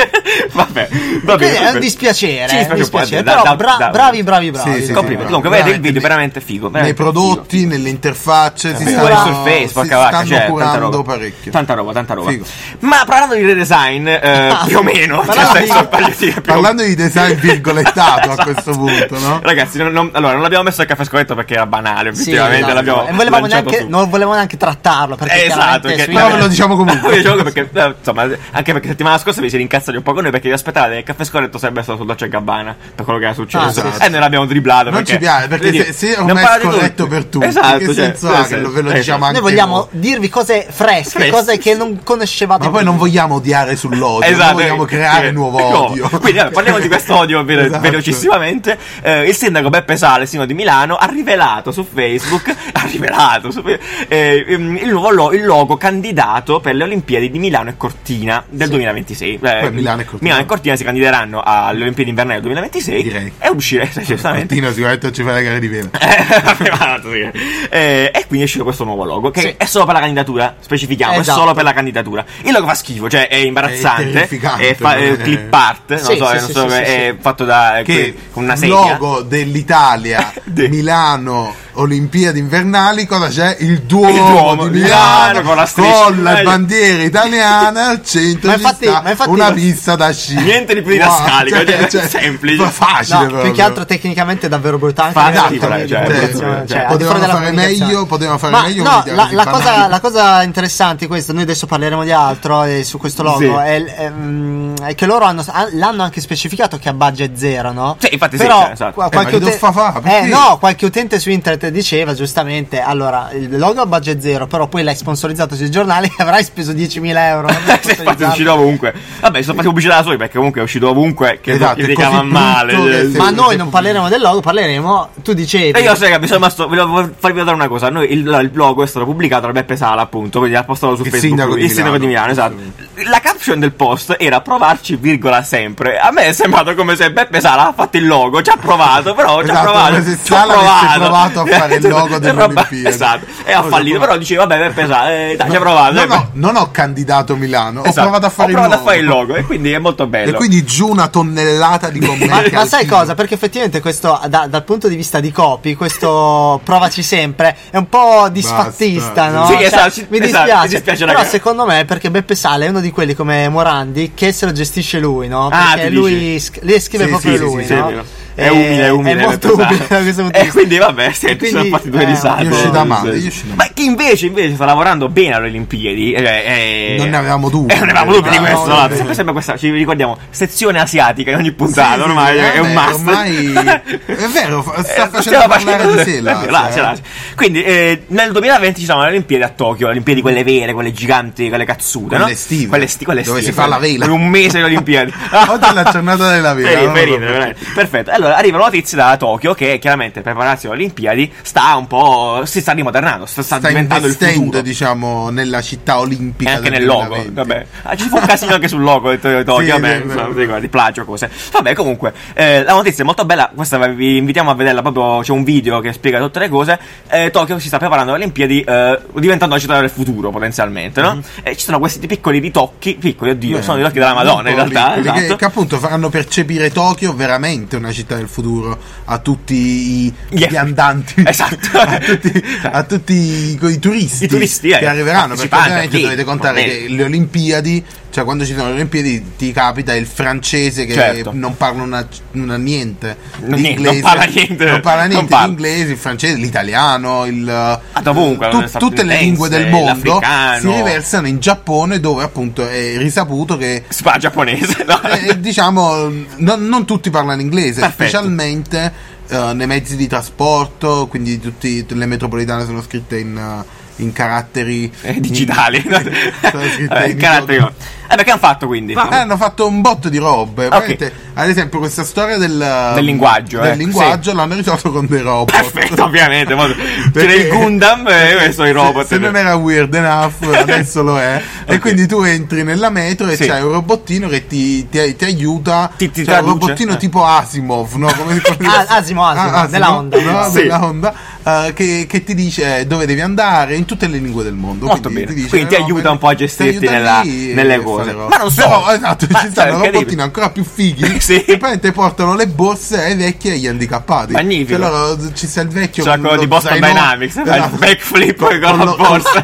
S1: Vabbè. Va
S3: Quindi
S1: bene,
S3: è
S1: va
S3: un
S1: bene.
S3: dispiacere,
S1: Sì,
S3: è un
S1: dispiace un po',
S3: dispiacere,
S1: da-
S3: però
S1: da-
S3: bra-
S1: da-
S3: bravi, bravi, bravi.
S2: Sì, sì,
S1: Complimenti.
S2: sì,
S1: Comunque, vedete
S2: no,
S1: il
S2: veramente
S1: video,
S2: nei-
S1: veramente figo.
S2: Nei
S1: veramente
S2: prodotti, nelle interfacce, si
S1: figo.
S3: Sì,
S2: stanno,
S1: Eh, Sul Surface,
S2: si
S1: porca vacca,
S2: stanno
S1: cioè, tanta
S2: curando
S1: roba.
S2: parecchio.
S1: Tanta roba, tanta roba.
S2: Figo. Ah,
S1: Ma parlando di redesign, eh, più o meno, cioè,
S3: Parlando
S1: senza sbagliati, più o
S2: Parlando di design virgolettato
S1: Esatto.
S2: a questo punto, no?
S1: Ragazzi, non, non- allora, non l'abbiamo messo al caffè scoletto perché era banale,
S3: Sì,
S1: effettivamente.
S3: esatto.
S1: l'abbiamo
S3: E volevamo
S1: lanciato
S3: neanche-
S1: su.
S3: non volevamo neanche trattarlo perché
S1: Eh, esatto,
S3: chiaramente
S1: che-
S3: sui-
S2: Però ve lo diciamo comunque.
S1: Ve lo diciamo perché, eh, insomma, anche perché settimana scorsa vi siete incazzati un po' con noi perché vi aspettavate che il caffè scorretto sarebbe stato su Dolce Gabbana per quello che era
S3: Ah,
S1: successo.
S3: sì, sì.
S1: E noi l'abbiamo dribblato.
S2: Non
S1: perché,
S2: ci piace, perché
S1: voglio
S2: se,
S1: dire,
S2: se
S1: non
S2: ormai è
S1: parlate
S2: scorretto per tutti,
S1: Esatto,
S2: che
S1: cioè,
S2: senso
S1: nel
S2: ha che lo, ve lo
S1: senso,
S2: diciamo anche
S3: Noi vogliamo
S2: voi?
S3: dirvi cose fresche,
S1: Fresche.
S3: cose che non conoscevate.
S2: Ma poi non vogliamo odiare sull'odio,
S1: Esatto,
S2: noi vogliamo
S1: eh,
S2: creare
S1: eh,
S2: nuovo
S1: no.
S2: odio.
S1: Quindi allora, parliamo di questo odio velo-
S2: Esatto.
S1: velocissimamente. Eh, il sindaco Beppe Sale, sindaco di Milano, ha rivelato su Facebook ha rivelato su Fe- eh, ehm, il nuovo lo- il logo candidato per le Olimpiadi di Milano e Cortina del 2026. Eh,
S2: Poi Milano e Cortina.
S1: si candideranno alle Olimpiadi invernali del 2026
S2: Direi.
S1: e uscire sì, giustamente.
S2: Martino sicuramente non ci fa la gara di vela.
S1: Eh, privato, sì. Eh, e quindi è uscito questo nuovo logo che
S3: Sì.
S1: è solo per la candidatura specifichiamo
S3: Esatto.
S1: è solo per la candidatura il logo fa schifo cioè è
S2: È
S1: imbarazzante
S2: terrificante,
S1: è, fa- è
S2: eh.
S1: clip art non
S3: Sì,
S1: so,
S3: sì,
S1: non
S3: sì,
S1: so,
S3: sì,
S1: è,
S3: sì,
S1: fatto da eh,
S2: che
S1: con una
S2: il
S1: sedia
S2: logo dell'Italia
S1: De-
S2: Milano Olimpiadi invernali cosa c'è? Il Duomo,
S1: Il Duomo
S2: di
S1: di
S2: Milano,
S1: Milano, con la striscia.
S2: con la bandiera italiana al centro
S3: Ma
S2: ci
S3: infatti-
S2: sta
S3: ma infatti-
S2: una pista da sci
S1: Niente di più didascalico, cioè, semplice.
S2: fa- facile
S3: No,
S2: proprio.
S3: più che altro tecnicamente è davvero brutale.
S1: Fa-
S3: Anche
S1: esatto,
S3: nella-
S1: cioè,
S3: nella
S1: cioè,
S3: comunicazione,
S1: cioè,
S3: al di
S2: potevano
S3: fuori della
S2: fare
S3: comunicazione.
S2: meglio, potevano fare
S3: Ma
S2: meglio
S3: no,
S2: un'idea
S3: la,
S2: così
S3: la cosa,
S2: banale.
S3: la cosa interessante di questo, noi adesso parleremo di altro eh, su questo logo,
S1: Sì.
S3: è, l- ehm, è che loro hanno, ah, l'hanno anche specificato che a budget zero, no?
S1: Sì, infatti sì,
S3: Però,
S1: cioè, esatto.
S3: qua-
S1: Eh,
S3: qualche
S2: ma che
S3: ute-
S2: doffa fa?
S3: eh,
S2: Perché?
S3: no, qualche utente su internet diceva giustamente, allora, il logo a budget zero, però poi l'hai sponsorizzato sui giornali e avrai speso 10.000 euro. non l'hai
S1: Eh, Sì, infatti è
S3: sponsorizzato.
S1: uscito ovunque vabbè sono fatti pubblicità da soli perché comunque è uscito ovunque che
S2: Esatto,
S1: lo
S2: è
S1: criticava
S2: così
S1: male
S2: brutto che
S1: eh,
S2: se-
S3: Ma
S2: Sì,
S3: noi
S2: sì,
S3: non
S2: sì.
S3: parleremo del logo, parleremo. Tu dicevi.
S1: E io sai che mi sono rimasto. Volevo farvi vedere una cosa. Noi, il, il logo è stato pubblicato da Beppe Sala, appunto. Quindi ha postato su
S2: Il
S1: Facebook.
S2: sindaco di
S1: il sindaco di Milano,
S2: Milano,
S1: esatto. La caption del post era provarci, virgola sempre. A me è sembrato come se Beppe Sala ha fatto il logo. Ci ha provato, però ci ha
S2: Esatto,
S1: provato.
S2: come se
S1: ci ha
S2: Sala
S1: provato.
S2: avesse
S1: Cioè,
S2: provato a fare il logo delle
S1: Roba-
S2: Olimpiadi.
S1: Esatto. E ha
S2: Cosa
S1: fallito.
S2: fa?
S1: Però dice, vabbè, Beppe Sala, eh, dai, ci ha provato.
S2: no,
S1: eh,
S2: no, non ho candidato Milano
S1: esatto.
S2: ho provato a fare,
S1: Ho provato a fare il logo. E quindi è molto bello.
S2: e quindi giù una tonnellata di commenti
S3: Ma,
S2: al
S3: ma sai
S2: tiro.
S3: cosa? Perché effettivamente questo, da- dal punto di vista di copy, questo provaci sempre, è un po' disfattista,
S2: Basta.
S3: no? Cioè,
S1: Sì, esatto, ci-
S3: mi
S1: esatto,
S3: dispiace.
S1: mi dispiace,
S3: però
S1: ragazzi.
S3: secondo me è perché Beppe Sale è uno di quelli come Morandi che se lo gestisce lui, no?
S1: Ah,
S3: Perché
S1: tu
S3: lui, sc- le scrive
S2: Sì,
S3: proprio
S2: sì,
S3: lui,
S1: sì, sì,
S3: no?
S1: sì, è vero.
S2: Eh,
S1: È umile, è umile,
S3: È molto
S1: esatto.
S3: umile da questo punto di
S1: E
S3: vista.
S1: quindi vabbè, senti,
S3: quindi,
S1: sono fatti due
S3: eh,
S1: risate.
S2: gli è uscita
S1: nel
S2: male, gli è
S1: senso.
S2: uscita
S1: Ma chi invece, invece sta lavorando bene alle Olimpiadi, eh, eh,
S2: Non ne avevamo dubbi.
S1: Eh, non ne avevamo dubbi di
S2: Ah, no,
S1: questo.
S2: no,
S1: no,
S2: no.
S1: sempre, sempre questa, ci ricordiamo, sezione asiatica in ogni puntata,
S2: Sì, sì,
S1: Esatto, ormai
S2: sì,
S1: è un
S2: vabbè,
S1: must.
S2: ormai- è vero, fa- sta
S1: Eh,
S2: facendo
S1: stiamo
S2: parlare
S1: facendo- Ecco,
S2: di sé, là,
S1: là,
S2: cioè.
S1: c'è, là, c'è. Quindi eh, nel 2020 ci sono le Olimpiadi a Tokyo, le Olimpiadi quelle vere, quelle giganti, quelle cazzute,
S2: Quelle
S1: no?
S2: estive.
S1: Quelle, esti- quelle
S2: Dove
S1: estive,
S2: si fa la vela.
S1: quelle- Un mese di Olimpiadi.
S2: Oggi è la giornata della vela,
S1: Fai-
S2: non
S1: fai
S2: lo
S1: ridere,
S2: so.
S1: veramente. Perfetto. Allora arriva la notizia da Tokyo che chiaramente per prepararsi alle Olimpiadi sta un po'. si sta rimodernando, sta, sta
S2: Sta
S1: diventando il
S2: investendo,
S1: futuro.
S2: diciamo, nella città
S1: E
S2: olimpica.
S1: anche
S2: del
S1: nel logo,
S2: 2020.
S1: vabbè. Ah, ci fu un casino anche sul logo di Tokyo,
S2: Sì,
S1: vabbè,
S2: sì,
S1: insomma,
S2: sì.
S1: dico, di plagio cose. Vabbè, comunque, eh, la notizia è molto bella, questa vi invitiamo a vederla, proprio c'è un video che spiega tutte le cose. Eh, Tokyo si sta preparando alle Olimpiadi, eh, diventando la città del futuro potenzialmente, no? E ci sono questi piccoli ritocchi, piccoli, oddio,
S2: Mm-hmm. Beh,
S1: sono ritocchi della Madonna in
S2: piccoli,
S1: realtà,
S2: quelli che-
S1: esatto.
S2: Che, appunto faranno percepire Tokyo veramente una città del futuro a tutti i,
S1: Yeah.
S2: gli andanti,
S1: Esatto.
S2: a tutti, a tutti i, i turisti,
S1: I turisti, eh,
S2: che arriveranno. Perché
S1: partecipanti,
S2: ovviamente
S1: atleti,
S2: dovete contare
S1: vabbè.
S2: che le Olimpiadi, cioè quando ci sono le Olimpiadi, ti capita il francese che
S1: Certo.
S2: non parla una, una niente,
S1: Non niente,
S2: l'inglese-
S1: non parla niente.
S2: non parla
S1: Non
S2: niente
S1: parla. Ah,
S2: l'inglese, il francese, l'italiano, il,
S1: dovunque,
S2: tu-
S1: lo
S2: tutte le lingue del
S1: statunitense,
S2: mondo si
S1: l'africano.
S2: riversano in Giappone, dove appunto è risaputo che
S1: Spa giapponese, no?
S2: eh, diciamo, non, non tutti parlano inglese,
S1: Perfetto.
S2: specialmente eh, nei mezzi di trasporto, quindi tutti, tutte le metropolitane sono scritte in, eh, in caratteri
S1: Eh, digitali.
S2: in- sono scritte
S1: Vabbè,
S2: in-
S1: caratteri. Vabbè, che hanno fatto quindi?
S2: Ma eh, hanno fatto un botto di robe. Veramente, Ad esempio, questa storia del,
S1: Del linguaggio,
S2: del
S1: eh,
S2: linguaggio l'hanno risolto con dei robot.
S1: Perfetto, ovviamente. mo- C'era
S2: Perché-
S1: il Gundam e questo i robot.
S2: Se, se non era weird enough, adesso lo è. E
S1: Ok.
S2: quindi tu entri nella metro e
S1: Sì.
S2: c'hai un robottino che ti, ti- ti aiuta.
S1: Ti- ti
S2: Cioè, un
S1: traduce?
S2: robottino
S1: Eh.
S2: tipo Asimov, no? Come, come-
S3: Ah, Asimo, Asimo, della Honda.
S2: no?
S1: Sì.
S2: Della Honda, eh, che, che ti dice dove devi andare in tutte le lingue del mondo.
S1: Molto bene.
S2: dice
S1: Quindi ti
S2: le robe,
S1: aiuta un po' a gestirti
S2: ti aiuta
S1: nella-
S2: lì e
S1: nelle
S2: fa
S1: cose.
S2: le robe.
S1: Ma non so.
S2: Però, esatto,
S1: Ma,
S2: ci stanno
S1: cioè,
S2: robottini ancora più fighi
S1: Sì.
S2: che praticamente portano le borse ai vecchi e agli handicappati.
S1: Magnifico.
S2: Cioè, loro- ci sta il vecchio
S1: C'era
S2: con
S1: quello
S2: lo
S1: di Boston
S2: zaino-
S1: Dynamics, fa il
S2: Esatto
S1: backflip con,
S2: con
S1: la
S2: lo-
S1: borsa.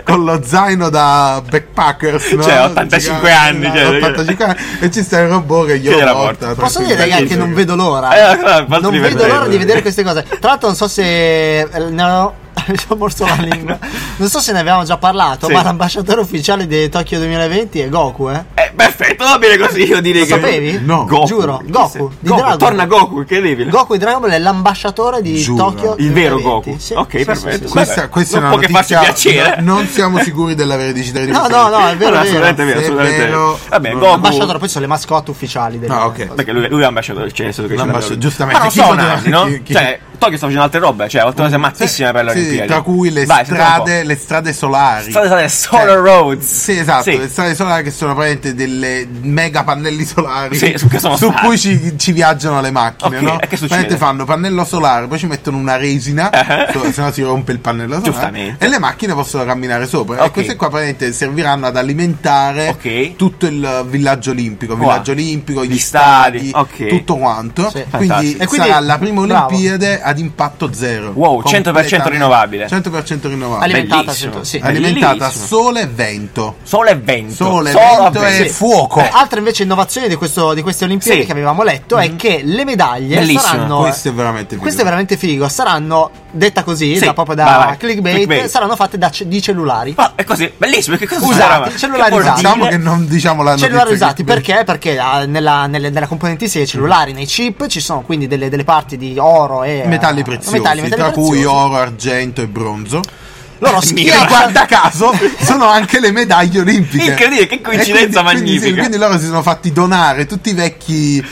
S2: con lo zaino da backpackers no?
S1: Cioè, 85 anni, cioè,
S2: 85 anni e ci sta il robot che glielo
S1: Che gliela
S2: porta
S1: porta.
S3: Posso dire,
S2: tranquillamente.
S3: ragazzi, che non vedo l'ora.
S1: Eh, allora, fatti
S3: non vedo
S1: divertire.
S3: l'ora di vedere queste cose. Tra l'altro, non so se. eh, No, mi sono morso la lingua. Non so se ne avevamo già parlato,
S1: Sì.
S3: ma l'ambasciatore ufficiale di Tokyo 2020 è Goku, eh.
S1: Eh, perfetto, va bene così. Io direi
S3: Lo
S1: che.
S3: sapevi?
S2: No.
S1: Goku.
S3: Giuro,
S1: Chi
S3: Goku,
S1: se-
S3: di Dragon
S1: Torna
S3: Ball.
S1: Goku, incredibile.
S3: Goku di Dragon Ball è l'ambasciatore di
S2: Giuro.
S3: Tokyo.
S1: Il vero
S3: 2020.
S1: Goku?
S3: Sì,
S1: Ok,
S3: sì, sì,
S1: perfetto.
S3: sì, sì.
S2: questa, questa è
S1: Non
S2: una
S1: può che farci
S2: notizia
S1: piacere.
S2: no- non siamo sicuri della veridicità di
S3: No,
S2: questa
S3: no, no,
S2: notizia.
S3: è vero.
S1: Allora,
S3: è vero.
S1: assolutamente vero,
S2: Se è
S1: assolutamente
S2: vero-
S1: vero. Vabbè,
S2: non-
S1: Goku.
S3: L'ambasciatore, poi sono le mascotte ufficiali. del-
S2: Ah, ok.
S1: Perché lui, lui è ambasciatore, cioè, nel senso che
S2: L'ambasciatore,
S1: c'è-
S2: giustamente.
S1: Ma non
S2: Chi
S1: sono
S2: poteva-
S1: nati, no?
S2: chi- chi-
S1: Cioè, Tokyo sta facendo altre robe, cioè, ha fatto cose mattissime per le
S2: Sì,
S1: Olimpiadi.
S2: tra cui le
S1: Vai, sentiamo un po'.
S2: strade le strade solari
S1: Strade solari, solar roads.
S2: sì esatto
S1: Sì.
S2: le strade solari che sono praticamente delle mega pannelli solari
S1: Sì, su che sono
S2: su
S1: stati.
S2: cui ci, ci viaggiano le macchine
S1: Ok,
S2: no?
S1: e che succede? Ah,
S2: Praticamente fanno pannello solare poi ci mettono una resina so- se no si rompe il pannello solare
S1: Giustamente.
S2: e le macchine possono camminare sopra e
S1: Ok.
S2: queste qua praticamente serviranno ad alimentare
S1: Ok.
S2: tutto il villaggio olimpico
S1: Qua.
S2: villaggio olimpico
S1: Gli
S2: gli
S1: stadi,
S2: stadi,
S1: ok.
S2: tutto quanto
S3: Sì.
S2: quindi,
S1: Fantastico.
S3: E quindi-
S2: sarà la prima
S3: bravo.
S2: olimpiade ad impatto zero
S1: Wow, 100% rinnovabile.
S2: 100% rinnovabile
S3: Alimentata,
S1: Bellissimo.
S3: certo, sì.
S1: Bellissimo.
S2: alimentata a sole e vento.
S1: Sole e vento.
S2: Sole,
S1: Solo
S2: vento
S1: a
S2: e
S1: vento. Eh,
S2: fuoco.
S3: Altra invece innovazione di, questo- di queste Olimpiadi
S1: Sì. Mm.
S3: che avevamo letto è che le medaglie
S1: Bellissimo.
S3: saranno.
S2: Questo è veramente
S3: Questo è
S2: figo.
S3: veramente figo. Saranno, detta così,
S1: Sì,
S3: da- proprio da
S1: vai, vai.
S3: clickbait,
S1: Clickbait.
S3: saranno fatte da ce- di cellulari.
S1: Ma è così, bellissimo, perché cosa
S3: Usati,
S1: sarà?
S3: cellulari
S1: Che vuol
S3: usati.
S2: Diciamo
S1: dire?
S2: che non diciamo la notizia.
S3: Cellulari usati
S2: che-
S3: perché? Perché ah, nella, nelle- nella componente sì dei cellulari, nei chip, ci sono quindi delle, delle parti di oro e
S2: Metalli
S3: eh,
S2: preziosi,
S3: metalli- metalli
S2: tra cui
S3: preziosi.
S2: oro, argento e bronzo.
S3: Loro
S2: E
S3: schierano.
S2: guarda caso, sono anche le medaglie olimpiche.
S1: Incredibile, che coincidenza
S2: E quindi- quindi sì,
S1: magnifica.
S2: Quindi, loro si sono fatti donare tutti i vecchi eh,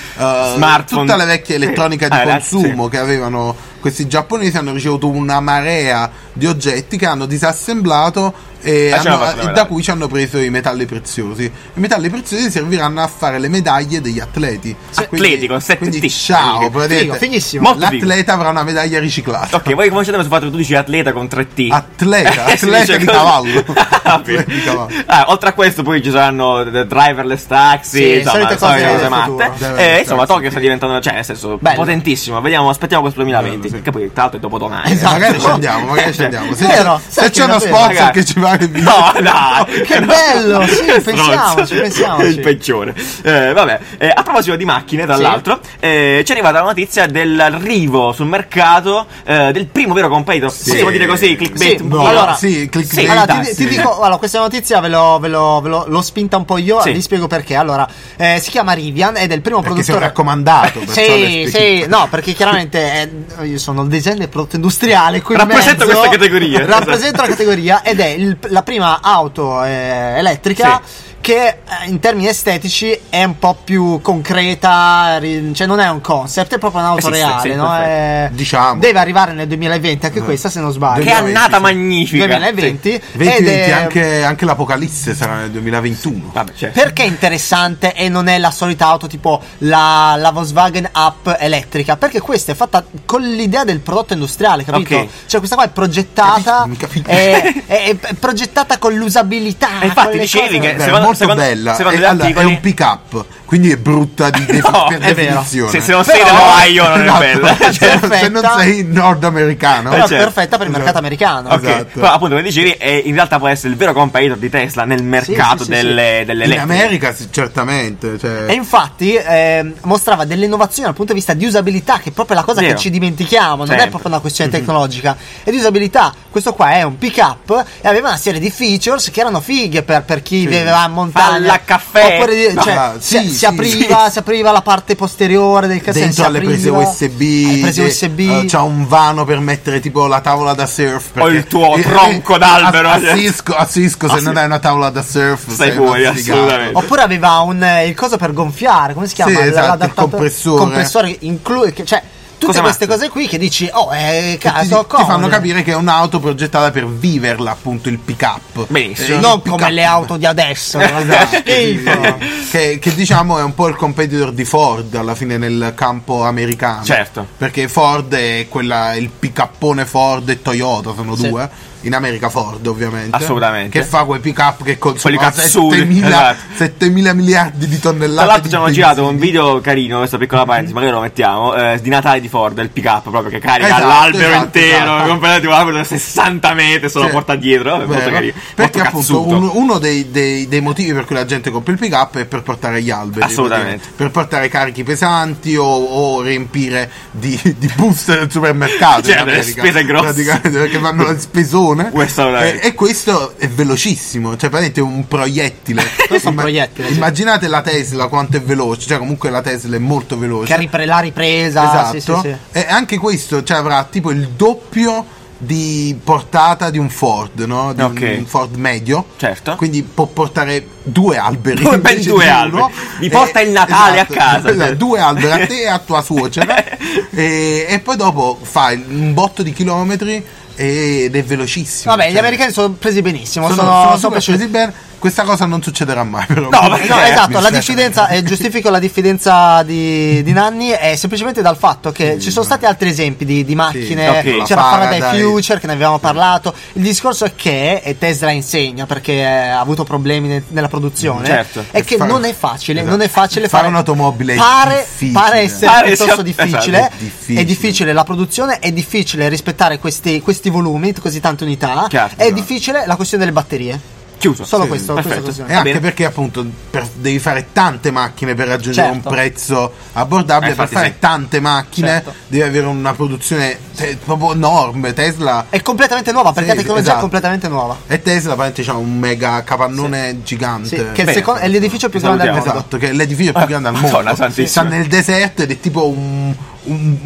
S1: Smartphone.
S2: tutta la vecchia elettronica di
S1: Eh, la-
S2: consumo
S1: sì.
S2: che avevano questi giapponesi. Hanno ricevuto una marea di oggetti che hanno disassemblato e
S1: Ah, ce l'hanno fatta
S2: hanno-
S1: la
S2: e da
S1: medaglia.
S2: cui ci hanno preso i metalli preziosi. I metalli preziosi serviranno a fare le medaglie degli atleti.
S1: Sì.
S2: Quindi-
S1: Atleti con sette
S2: Quindi,
S1: T.
S2: ciao,
S1: Figo,
S2: praticamente,
S3: fighissimo.
S1: Molto figo.
S2: L'atleta avrà una medaglia riciclata.
S1: Ok, voi cominciate sul fatto che tu dici atleta con 3T.
S2: Atleta,
S1: Eh, si
S2: atleta
S1: dice
S2: di
S1: così.
S2: cavallo.
S1: Ah,
S2: Atleta di cavallo.
S1: Ah, oltre a questo, poi ci saranno eh, driverless taxi,
S3: Sì,
S1: insomma,
S3: solite
S1: solite
S3: cose
S1: cose
S3: del
S2: futuro.
S1: matte.
S2: Driverless
S1: E insomma,
S2: taxi.
S1: Tokyo sta diventando, cioè, nel senso,
S3: Bello.
S1: potentissimo. Vediamo, aspettiamo questo 2020,
S2: Bello, sì.
S1: che poi, tra l'altro, è dopo domani. eh.
S3: Esatto.
S2: Magari ci andiamo, magari ci andiamo. Se,
S3: Vero,
S2: se
S3: sai che
S2: c'è uno
S3: davvero,
S2: sponsor
S1: ragazzi.
S2: che ci va fare video.
S1: No, no,
S3: Che
S1: no.
S3: bello, sì,
S1: Stronzo.
S3: pensiamoci, pensiamoci.
S1: Il peggiore. Eh, vabbè, eh, a proposito di macchine, tra
S3: Sì.
S1: l'altro, eh, ci è arrivata la notizia dell'arrivo sul mercato eh, del primo vero competitor. Possiamo dire così, clickbait.
S3: Sì,
S1: un
S2: no,
S1: pochino?
S3: allora-
S2: sì, clickbait,
S1: Sì,
S3: Allora, ti,
S1: Fantastico.
S2: sì.
S3: ti dico, allora, questa notizia ve, lo, ve lo- ve lo- l'ho spinta un po' io,
S1: Sì.
S3: vi spiego perché. Allora, eh, si chiama Rivian ed è il primo
S2: Perché sei un
S3: produttore.
S2: raccomandato, perciò le
S3: sì,
S2: spieghi.
S3: sì, no, perché chiaramente eh, io sono il design e prodotto industriale. qui in
S1: Rappresento
S3: mezzo-
S1: questa categoria.
S3: Rappresento
S2: esatto.
S3: la categoria ed è il- la prima auto eh, elettrica. Che eh, in termini estetici è un po' più concreta, ri- cioè non è un concept, è proprio un'auto
S1: Esiste,
S3: reale,
S1: sì,
S3: no? Eh,
S1: perfetto.
S3: È-
S2: Diciamo.
S3: Deve arrivare nel 2020, anche
S2: Mm.
S3: questa se non sbaglio.
S1: Eh. Che
S2: 2020,
S1: annata
S2: sì.
S1: magnifica.
S3: 2020
S1: Sì.
S2: 2020,
S3: ed è-
S2: anche, anche l'Apocalisse sarà nel 2021.
S1: Vabbè, cioè,
S3: Perché è interessante e non è la solita auto tipo la, la Volkswagen Up elettrica? Perché questa è fatta con l'idea del prodotto industriale, capito?
S1: Ok.
S3: Cioè questa qua è progettata,
S2: Capito, capito.
S3: è, è- è progettata con l'usabilità.
S1: E infatti
S3: con le
S1: dicevi
S2: Beh,
S1: che-
S3: cose-
S2: è
S1: Eh, secondo-
S2: molto
S1: secondo-
S2: bella.
S1: secondo
S2: E
S1: gli
S2: allora, è
S1: articoli-
S2: un pick up, quindi è brutta di defi-
S1: No,
S2: per
S1: è
S3: vero.
S2: definizione.
S1: se, se non sei
S3: Però-
S1: da Ohio non è
S2: Esatto.
S1: bella. Cioè,
S2: Se non- se non
S3: perfetta.
S2: sei nordamericano,
S3: Però
S1: certo.
S3: perfetta per il mercato americano.
S1: Ok,
S2: Esatto.
S1: però appunto come dicevi, eh, in realtà può essere il vero competitor di Tesla nel mercato
S3: sì, sì,
S1: delle, delle
S2: in
S1: elettriche.
S2: America sì, certamente. cioè-
S3: E infatti ehm, mostrava delle innovazioni dal punto di vista di usabilità, che è proprio la
S1: Vero.
S3: cosa
S1: Certo. Mm-hmm.
S3: che ci dimentichiamo, non è
S1: Sempre.
S3: proprio una questione tecnologica. E di usabilità, questo qua è un pick up e aveva una serie di features che erano fighe per, per chi viveva in montagna.
S1: Palla a caffè.
S3: Oppure di-
S2: No,
S3: cioè,
S2: ma
S3: si,
S2: Ah, sì,
S3: si
S2: sì,
S3: apriva, si apriva la parte posteriore del cassetto.
S2: Dentro
S3: si
S2: alle prese
S3: apriva-
S2: USB,
S3: alle prese
S2: eh,
S3: USB.
S2: eh, c'ha un vano per mettere tipo la tavola da surf. eh,
S1: O il tuo tronco d'albero,
S2: A, a
S1: cioè.
S2: Cisco, a Cisco,
S1: A
S2: se
S1: Cis-
S2: non hai una tavola da surf,
S1: Stai
S2: sei una
S1: fuori,
S2: sfigata. Oh,
S1: assolutamente.
S3: Oppure aveva un, eh, il coso per gonfiare, come si chiama?
S2: Sì,
S3: L-
S2: esatto, il
S3: l'adattatore-
S2: compressore.
S3: compressore inclu- che- cioè, tutte
S1: Cosa
S3: queste
S1: mazza?
S3: cose qui che dici, oh, eh,
S2: Che ti,
S3: caso,
S2: ti fanno capire che è un'auto progettata per viverla, appunto, il pick up.
S1: Benissimo.
S2: Eh,
S3: non
S2: il pick
S3: come
S2: up-
S3: le auto di adesso.
S2: Esatto,
S3: Schifo.
S2: che, che diciamo è un po' il competitor di Ford alla fine nel campo americano.
S1: Certo.
S2: Perché Ford è quella, il pick-upone Ford e Toyota sono
S3: Sì.
S2: due. In America Ford ovviamente.
S1: Assolutamente.
S2: Che fa quei pick-up che consumano
S1: Quelli cazzuti,
S2: 7000,
S1: esatto.
S2: 7000 miliardi di
S1: Tra
S2: tonnellate.
S1: l'altro
S2: di
S1: ci hanno
S2: benzina.
S1: girato un video carino, questa piccola parentesi, magari lo mettiamo, eh, di Natale di Ford, il pick up proprio che carica
S2: Esatto,
S1: l'albero
S2: esatto,
S1: intero,
S2: esatto.
S1: comprate un albero da 60 metri, se lo
S2: Cioè,
S1: porta dietro, è molto
S2: vero.
S1: carino.
S2: Perché
S1: molto
S2: appunto
S1: cazzuto.
S2: un- uno dei, dei- dei motivi per cui la gente compra il pick up è per portare gli alberi.
S1: Assolutamente.
S2: per dire, Per portare carichi pesanti o, o riempire di, di buste del supermercato.
S1: Cioè,
S2: in
S1: delle
S2: America,
S1: spese grosse.
S2: Praticamente perché vanno al spesone.
S1: Questo lo è.
S2: e, e questo è velocissimo, cioè praticamente è un proiettile.
S3: Questo è un proiettile, sì.
S2: Immaginate la Tesla quanto è veloce, cioè comunque la Tesla è molto veloce.
S3: Che ripre- la ripresa.
S2: Esatto.
S3: sì, sì, sì.
S2: E anche questo cioè, avrà tipo il doppio di portata di un Ford, no? Di
S1: Ok.
S2: un Ford medio.
S1: Certo.
S2: Quindi può portare due alberi.
S1: Due- ben
S2: invece
S1: due
S2: di uno.
S1: alberi. Vi
S2: Eh,
S1: porta il Natale a casa.
S2: Esatto, due alberi a te e a tua suocera. e, e poi dopo fa il- un botto di chilometri ed è velocissimo.
S3: Vabbè, gli
S2: Cioè,
S3: americani sono presi benissimo.
S2: sono,
S3: Sono,
S2: sono
S3: sono
S2: super
S3: piaciuti.
S2: presi bene. Questa cosa non succederà mai, però. Eh,
S1: No,
S3: No,
S1: perché?
S3: no, esatto,
S2: Mi
S3: la
S2: spiace.
S3: diffidenza, eh, giustifico la diffidenza di, di Nanni è semplicemente dal fatto che ci sono stati altri esempi di, di macchine,
S1: Sì, ok.
S3: c'era
S2: La
S3: Faraday
S2: Faraday.
S3: Future che ne avevamo parlato, il discorso è che e Tesla insegna perché eh, ha avuto problemi ne- nella produzione,
S1: Certo.
S3: è che
S2: Fare-
S3: non è facile,
S2: Esatto.
S3: non è facile
S2: Fare
S3: fare
S2: un'automobile è
S3: pare,
S2: difficile.
S3: pare essere
S1: Pare
S3: piuttosto
S1: sia-
S3: difficile,
S2: esatto,
S3: è
S2: è
S3: difficile,
S2: difficile.
S3: la produzione, è difficile rispettare questi, questi volumi, così tante unità,
S1: Chiaro,
S3: è
S2: esatto.
S3: difficile la questione delle batterie,
S1: Chiuso.
S3: solo
S2: Sì,
S3: questo, questa
S1: perfetto.
S3: questione.
S1: Va
S2: E Eh, anche
S1: bene.
S2: perché appunto per- devi fare tante macchine per raggiungere
S3: Certo.
S2: un prezzo abbordabile,
S1: Eh,
S2: per
S1: infatti
S2: fare
S1: sì.
S2: tante macchine
S3: Certo.
S2: devi avere una produzione te- proprio enorme, Tesla
S3: È completamente nuova, perché
S2: Sì,
S3: la tecnologia è
S2: esatto.
S3: completamente nuova.
S2: e Tesla praticamente c'ha un mega capannone gigante.
S3: Sì, che è, il
S1: Bene.
S3: secondo- è l'edificio più
S1: Ti
S3: grande al mondo.
S1: salutiamo.
S2: Esatto, che è l'edificio più grande al mondo.
S1: Madonna santissima.
S2: Sta nel deserto ed è tipo un. Un,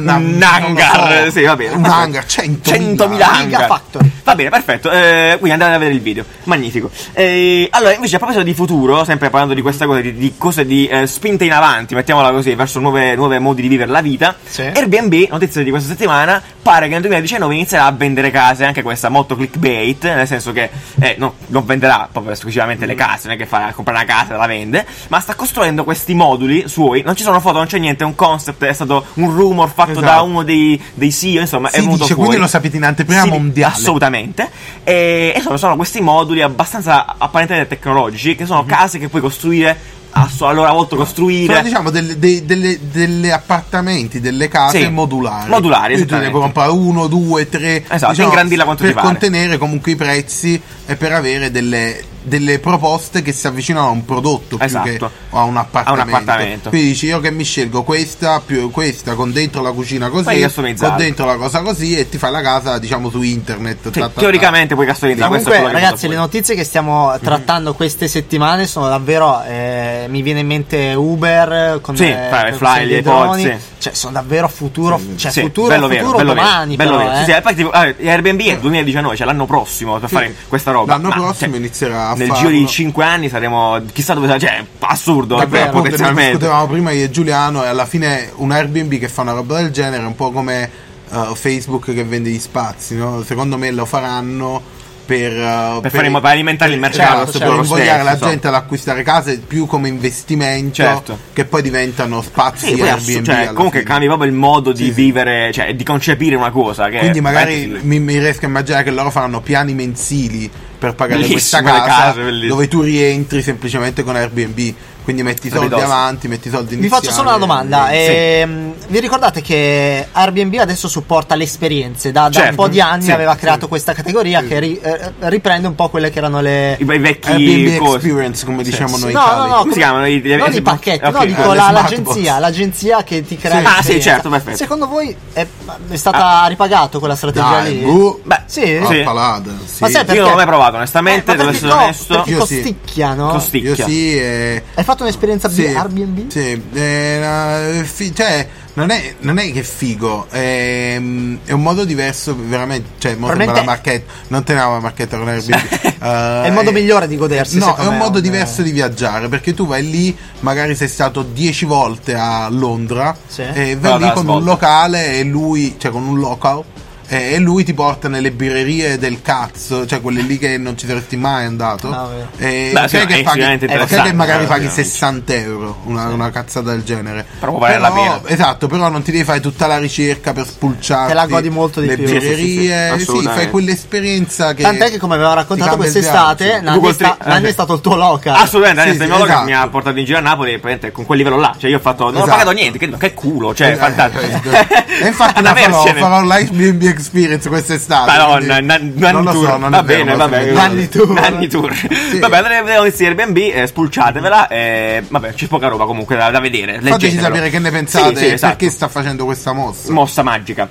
S2: una-
S1: Un
S2: non lo
S1: hangar, sì, va bene.
S2: Un hangar, 100.000.
S1: 100.000 hangar.
S3: Gigafactory.
S1: Va bene, perfetto. Eh, quindi andate a vedere il video. Magnifico. Eh, allora, invece, a proposito di futuro, sempre parlando di questa cosa, di, di cose di eh, spinte in avanti, mettiamola così, verso nuove, nuove modi di vivere la vita.
S3: Sì.
S1: Airbnb, notizia di questa settimana, pare che nel 2019 inizierà a vendere case, anche questa molto clickbait, nel senso che eh, no- non venderà proprio esclusivamente le case, non è che fa comprare una casa e la vende, ma sta costruendo questi moduli suoi, non ci sono foto, non c'è niente, è un concept, è stato un rumor fatto
S2: Esatto.
S1: da uno dei, dei CEO, insomma, è
S2: Si
S1: venuto
S2: dice,
S1: fuori.
S2: quindi lo sapete in anteprima
S1: Si di-
S2: mondiale.
S1: Assolutamente. E, e sono, sono questi moduli abbastanza apparentemente tecnologici, che sono case che puoi costruire a, so- a loro volta costruire.
S2: Mhm. Sono, diciamo, delle, dei- delle- delle appartamenti, delle case
S1: Sì.
S2: modulari.
S1: Modulari,
S2: Quindi tu ne
S1: esattamente.
S2: puoi comprare uno, due, tre. diciamo,
S1: Esatto, ingrandirla quanto
S2: per
S1: ti pare.
S2: contenere comunque i prezzi e per avere delle, delle proposte che si avvicinano a un prodotto
S1: Esatto.
S2: più che a un appartamento.
S1: appartamento.
S2: Quindi dici io che mi scelgo questa più questa con dentro la cucina
S1: Puoi
S2: così,
S1: customizzarla.
S2: con dentro la cosa così e ti fai la casa, diciamo, su internet.
S1: Sì,
S2: ta, ta, ta.
S1: teoricamente puoi customizzare questo è
S3: Comunque,
S1: quello che
S3: ragazzi,
S1: fanno
S3: le
S1: poi.
S3: notizie che
S1: Mhm.
S3: stiamo trattando queste settimane sono davvero. eh, mi viene in mente Uber eh, con
S1: Sì,
S3: eh,
S1: fai
S3: con
S1: Fly,
S3: i
S1: gli
S3: droni.
S1: iPod, sì.
S3: Cioè, sono davvero futuro. Cioè,
S1: Sì,
S3: futuro,
S1: bello vero,
S3: futuro
S1: bello
S3: domani.
S1: vero, bello
S3: però,
S1: vero.
S3: eh.
S1: Sì, sì, infatti, ah, Airbnb è 2019, cioè l'anno prossimo per fare questa roba.
S2: L'anno
S1: Ma,
S2: prossimo
S1: cioè,
S2: inizierà a
S1: Nel
S2: farlo.
S1: giro di 5 anni saremo chissà dove sarà, cioè assurdo,
S2: Vabbè,
S1: eh,
S2: appunto, ne
S1: potenzialmente.
S2: discutevamo prima io e Giuliano e alla fine un Airbnb che fa una roba del genere è un po' come eh, Facebook che vende gli spazi, no? Secondo me lo faranno per, eh,
S1: Per fare in modo- per alimentare il mercato,
S2: Certo,
S1: cioè,
S2: per
S1: loro
S2: invogliare
S1: stessi,
S2: la
S1: insomma.
S2: gente ad acquistare case più come investimento
S1: Certo.
S2: che poi diventano spazi
S1: Sì, poi assu-
S2: Airbnb.
S1: cioè,
S2: alla
S1: comunque
S2: fine.
S1: cambia proprio il modo di
S2: Sì, sì.
S1: vivere, cioè di concepire una cosa. Che
S2: Quindi magari
S1: veramente-
S2: mi, mi riesco a immaginare che loro faranno piani mensili per pagare
S1: Bellissimo,
S2: questa
S1: le
S2: casa
S1: case, bellissimo.
S2: dove tu rientri semplicemente con Airbnb. Quindi metti i soldi
S1: Ridosso.
S2: avanti, metti i soldi
S3: Vi
S2: iniziali.
S3: faccio solo una domanda.
S2: Sì.
S3: Ehm, Vi ricordate che Airbnb adesso supporta le esperienze? Da, da un
S1: Certo,
S3: po' di anni
S1: sì,
S3: aveva
S2: sì.
S3: creato questa categoria
S2: Sì.
S3: che ri- eh, riprende un po' quelle che erano le.
S1: i, i vecchi
S2: Airbnb
S1: cose.
S2: Experience, come
S1: Sì.
S2: diciamo noi
S3: No, no,
S2: italiani.
S3: no,
S1: Come si chiamano? I- gli-
S3: non i
S1: eh,
S3: pacchetti,
S1: ok.
S3: no, dico
S2: Eh, le
S3: la-
S2: smart
S3: l'agenzia,
S2: box.
S3: l'agenzia che ti crea
S2: Sì. Ah.
S3: la
S1: Ah, sì,
S3: esperienza.
S1: certo, perfetto.
S3: Secondo voi è, è stata ripagata quella strategia
S2: Dai,
S3: lì? Eh,
S2: boh.
S1: Beh,
S3: sì.
S1: sì.
S2: Ah, palada, sì.
S3: Ma sai
S1: Io
S3: perché?
S1: non l'ho mai provato, onestamente,
S3: Eh, ma
S1: devo
S3: perché
S1: essere
S3: no,
S1: onesto.
S3: perché
S2: Io sì.
S3: costicchiano.
S1: Costicchia.
S2: Io sì, eh,
S3: Hai fatto un'esperienza
S2: sì,
S3: di Airbnb?
S2: Sì, eh, eh, fi- cioè, non è, non è che è figo, ehm, è un modo diverso, veramente. Cioè, mo sembra
S3: Probabilmente-
S2: la marchetta, non teniamo la marchetta con Airbnb. Eh,
S3: È il modo migliore di godersi,
S2: No,
S3: secondo
S2: è un
S3: me,
S2: modo
S3: un-
S2: diverso di viaggiare perché tu vai lì, magari sei stato dieci volte a Londra
S3: Sì.
S2: e
S1: Però
S2: vai lì
S1: dalla
S2: con un
S1: svolta.
S2: locale e lui, cioè con un local. E e lui ti porta nelle birrerie del cazzo, cioè quelle lì che non ci saresti mai andato.
S3: Ah, vero.
S2: E
S1: Beh, sì, ma è
S2: sai che, paghi,
S1: sicuramente
S2: eh, sai
S1: interessante,
S2: che magari
S1: eh,
S2: paghi
S1: ovviamente.
S2: 60 euro, una, una cazzata del genere.
S1: Però può valere la
S2: Però-
S1: pena.
S2: Esatto, però non ti devi fare tutta la ricerca per spulciare.
S3: Te la godi molto di
S2: le
S3: più.
S2: birrerie,
S1: Sì, sì, sì,
S2: sì, fai
S1: assolutamente.
S2: quell'esperienza che.
S3: Tant'è che come aveva raccontato
S2: ti cambia il
S3: quest'estate,
S2: viaggio.
S3: Nanni
S1: Google
S3: è, sta-
S1: Trip-
S3: Nanni è
S1: eh.
S3: stato il tuo local.
S1: Assolutamente,
S2: Sì,
S1: sì,
S2: sì,
S1: che
S2: esatto.
S1: mi ha portato in giro a Napoli praticamente con quel livello là. Cioè, io ho fatto. Non ho
S2: Esatto.
S1: pagato niente, che, che culo, cioè,
S2: Eh,
S1: fantastico.
S2: eh, e infatti
S1: Una
S2: la farò,
S1: versione.
S2: farò l'Airbnb Experience quest'estate.
S1: Madonna,
S2: quindi
S1: nan- nan
S2: non lo
S1: tour.
S2: so, non
S1: va
S2: è vero,
S1: bene,
S2: non
S1: va
S2: lo so.
S1: bene.
S3: Nanni tour.
S1: Nanni tour.
S2: Sì.
S1: Vabbè, allora abbiamo visto Airbnb, eh, spulciatevela. eh, vabbè, c'è poca roba comunque da, da vedere.
S2: Fateci
S1: leggetevelo.
S2: sapere che ne pensate
S1: Sì, sì,
S2: e
S1: esatto. Mm,
S2: perché sta facendo questa mossa.
S1: mossa magica.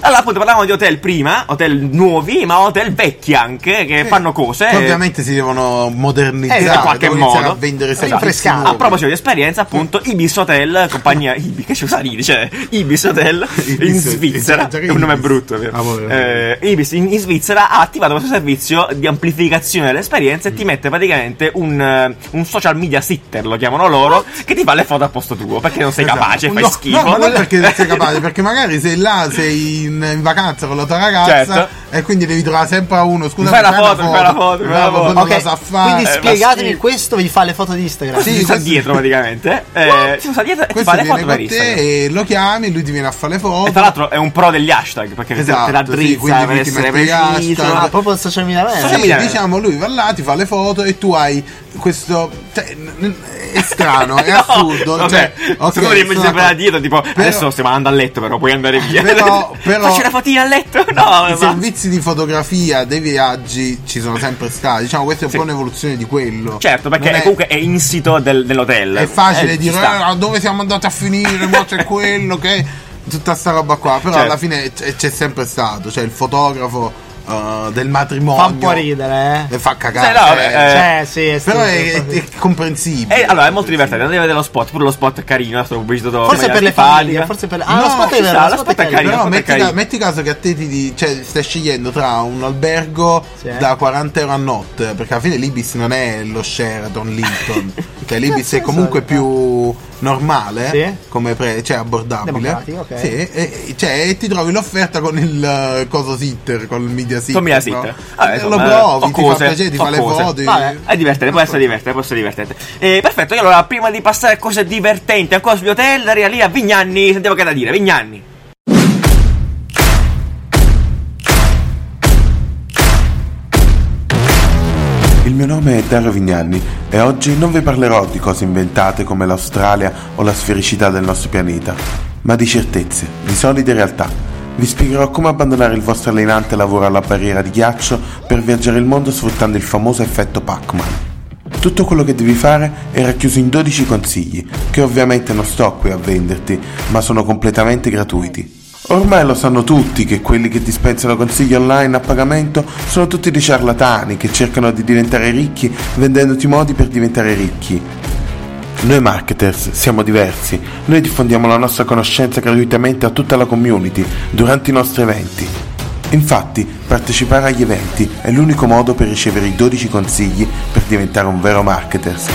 S1: Allora, appunto, parlavamo di hotel prima, hotel nuovi, ma hotel vecchi anche, che
S2: Sì.
S1: fanno cose.
S2: Che ovviamente si devono modernizzare
S1: Esatto, in eh, qualche
S2: devono iniziare
S1: modo.
S2: a vendere
S1: Esatto.
S2: servizi
S3: Rinfrescare.
S2: nuovi.
S1: A proposito di esperienza, appunto, Ibis Hotel, compagnia Ibis, che ci usa dire, cioè Ibis Hotel in
S2: Ibis,
S1: Svizzera,
S2: già- già che
S1: è un nome
S2: Ibis.
S1: brutto, è vero?
S2: Ah, vabbè,
S1: Eh, Ibis in, in Svizzera ha attivato questo servizio di amplificazione dell'esperienza
S2: Mm.
S1: e ti mette praticamente un, eh, un social media sitter, lo chiamano loro, che ti fa le foto a posto tuo, perché non sei
S2: Esatto.
S1: capace, fai
S2: No,
S1: schifo.
S2: No, ma non perché non sei capace, perché magari sei là, sei in, in vacanza con la tua ragazza
S1: Certo.
S2: e quindi devi trovare sempre uno. Scusa,
S1: Fai la
S2: una
S1: foto, fai la foto, fai la
S2: No,
S1: foto.
S2: ma non
S3: Ok,
S2: la sa fare.
S3: Quindi
S1: Eh, ma
S3: spiegatemi,
S1: sì.
S3: questo vi fa le foto di Instagram.
S2: Sì,
S1: si sta
S2: questo-
S1: dietro praticamente. Eh, si usa dietro e ti
S2: questo
S1: fa le
S2: viene
S1: foto per
S2: con
S1: Instagram.
S2: te e lo chiami, lui ti viene a fare le foto.
S1: E tra l'altro è un pro degli hashtag perché
S2: Esatto,
S1: te la
S2: sì,
S1: drizza
S2: quindi
S1: per
S2: ti
S1: essere
S2: mette gli
S1: preciso.
S2: hashtag.
S3: Ah, proprio il social media manager.
S1: Social
S2: Sì,
S1: media.
S2: diciamo, lui va là, ti fa le foto e tu hai questo. Cioè, n- n- è strano, è
S1: No,
S2: assurdo.
S1: vabbè,
S2: cioè, ok,
S1: secondo me mi
S2: sono
S1: sembra
S2: d'accordo.
S1: dietro, tipo,
S2: Però
S1: adesso stiamo andando a letto, però puoi andare via.
S2: Però- però-
S1: Faccio una fotina a letto? No,
S2: I
S1: ma-
S2: servizi di fotografia dei viaggi ci sono sempre stati. Diciamo, questa è un
S1: Sì.
S2: po' un'evoluzione di quello.
S1: certo, perché
S2: Non è,
S1: comunque è insito del- dell'hotel.
S2: è facile
S1: Eh, ci
S2: dire
S1: sta.
S2: "Ah, dove siamo andati a finire, ma c'è quello che. Tutta sta roba qua. Però
S1: Certo.
S2: alla fine eh, c'è, c'è sempre stato. Cioè, il fotografo eh, del matrimonio.
S3: Fa un po' ridere, eh.
S2: E fa cagare.
S1: Sì, no, vabbè,
S2: cioè,
S1: eh,
S3: Cioè, sì, Eh, è
S2: Però è,
S3: stupido.
S2: è- è comprensibile.
S1: E allora è molto divertente, andate a vedere lo spot, pure lo spot è carino, eh, è stato pubblicizzato
S3: Forse
S1: in
S3: per le
S1: maniera
S3: famiglie,
S1: simpatica.
S3: forse per le... Ah,
S2: No,
S3: lo spot è
S2: ci
S3: vero,
S1: sta,
S3: lo
S1: lo
S3: spot
S1: spot è
S3: vero.
S1: carino.
S2: Però
S1: Io
S2: metti,
S1: potrei-
S2: ca- metti caso che a te ti di- cioè, stai scegliendo tra un albergo
S3: Sì.
S2: da 40 euro a notte, perché alla fine l'Ibis non è lo Sheraton Lincoln, cioè l'Ibis
S3: cazzo
S2: è
S3: ne
S2: comunque
S3: so,
S2: più normale,
S3: Sì.
S2: come pre- cioè abbordabile.
S3: Democratico, ok.
S2: Sì, e, e- cioè, e ti trovi l'offerta con il eh, coso sitter, con il media sitter.
S1: Con media
S2: no?
S1: sitter. Vabbè,
S3: Ah,
S2: Eh,
S1: insomma,
S2: lo provi,
S1: so
S2: ti
S1: cose,
S2: fa piacere, ti
S1: so
S2: fa le
S1: cose.
S2: foto.
S3: Vabbè.
S1: È divertente, può essere divertente, può essere divertente. Eh, perfetto, io allora prima di passare a cose divertenti, ancora sugli hotel, arriva lì a Vignanni, sentiamo che ha da dire, Vignanni.
S4: Il mio mio nome è Dario Vignanni e oggi non vi parlerò di cose inventate come l'Australia o la sfericità del nostro pianeta, ma di certezze, di solide realtà. Vi spiegherò come abbandonare il vostro allenante lavoro alla barriera di ghiaccio per viaggiare il mondo sfruttando il famoso effetto Pac-Man. Tutto quello che devi fare è racchiuso in 12 consigli, che ovviamente non sto qui a venderti, ma sono completamente gratuiti. Ormai lo sanno tutti che quelli che dispensano consigli online a pagamento sono tutti dei ciarlatani che cercano di diventare ricchi vendendoti modi per diventare ricchi. Noi marketers siamo diversi, noi diffondiamo la nostra conoscenza gratuitamente a tutta la community durante i nostri eventi. Infatti, partecipare agli eventi è l'unico modo per ricevere i 12 consigli per diventare un vero marketers.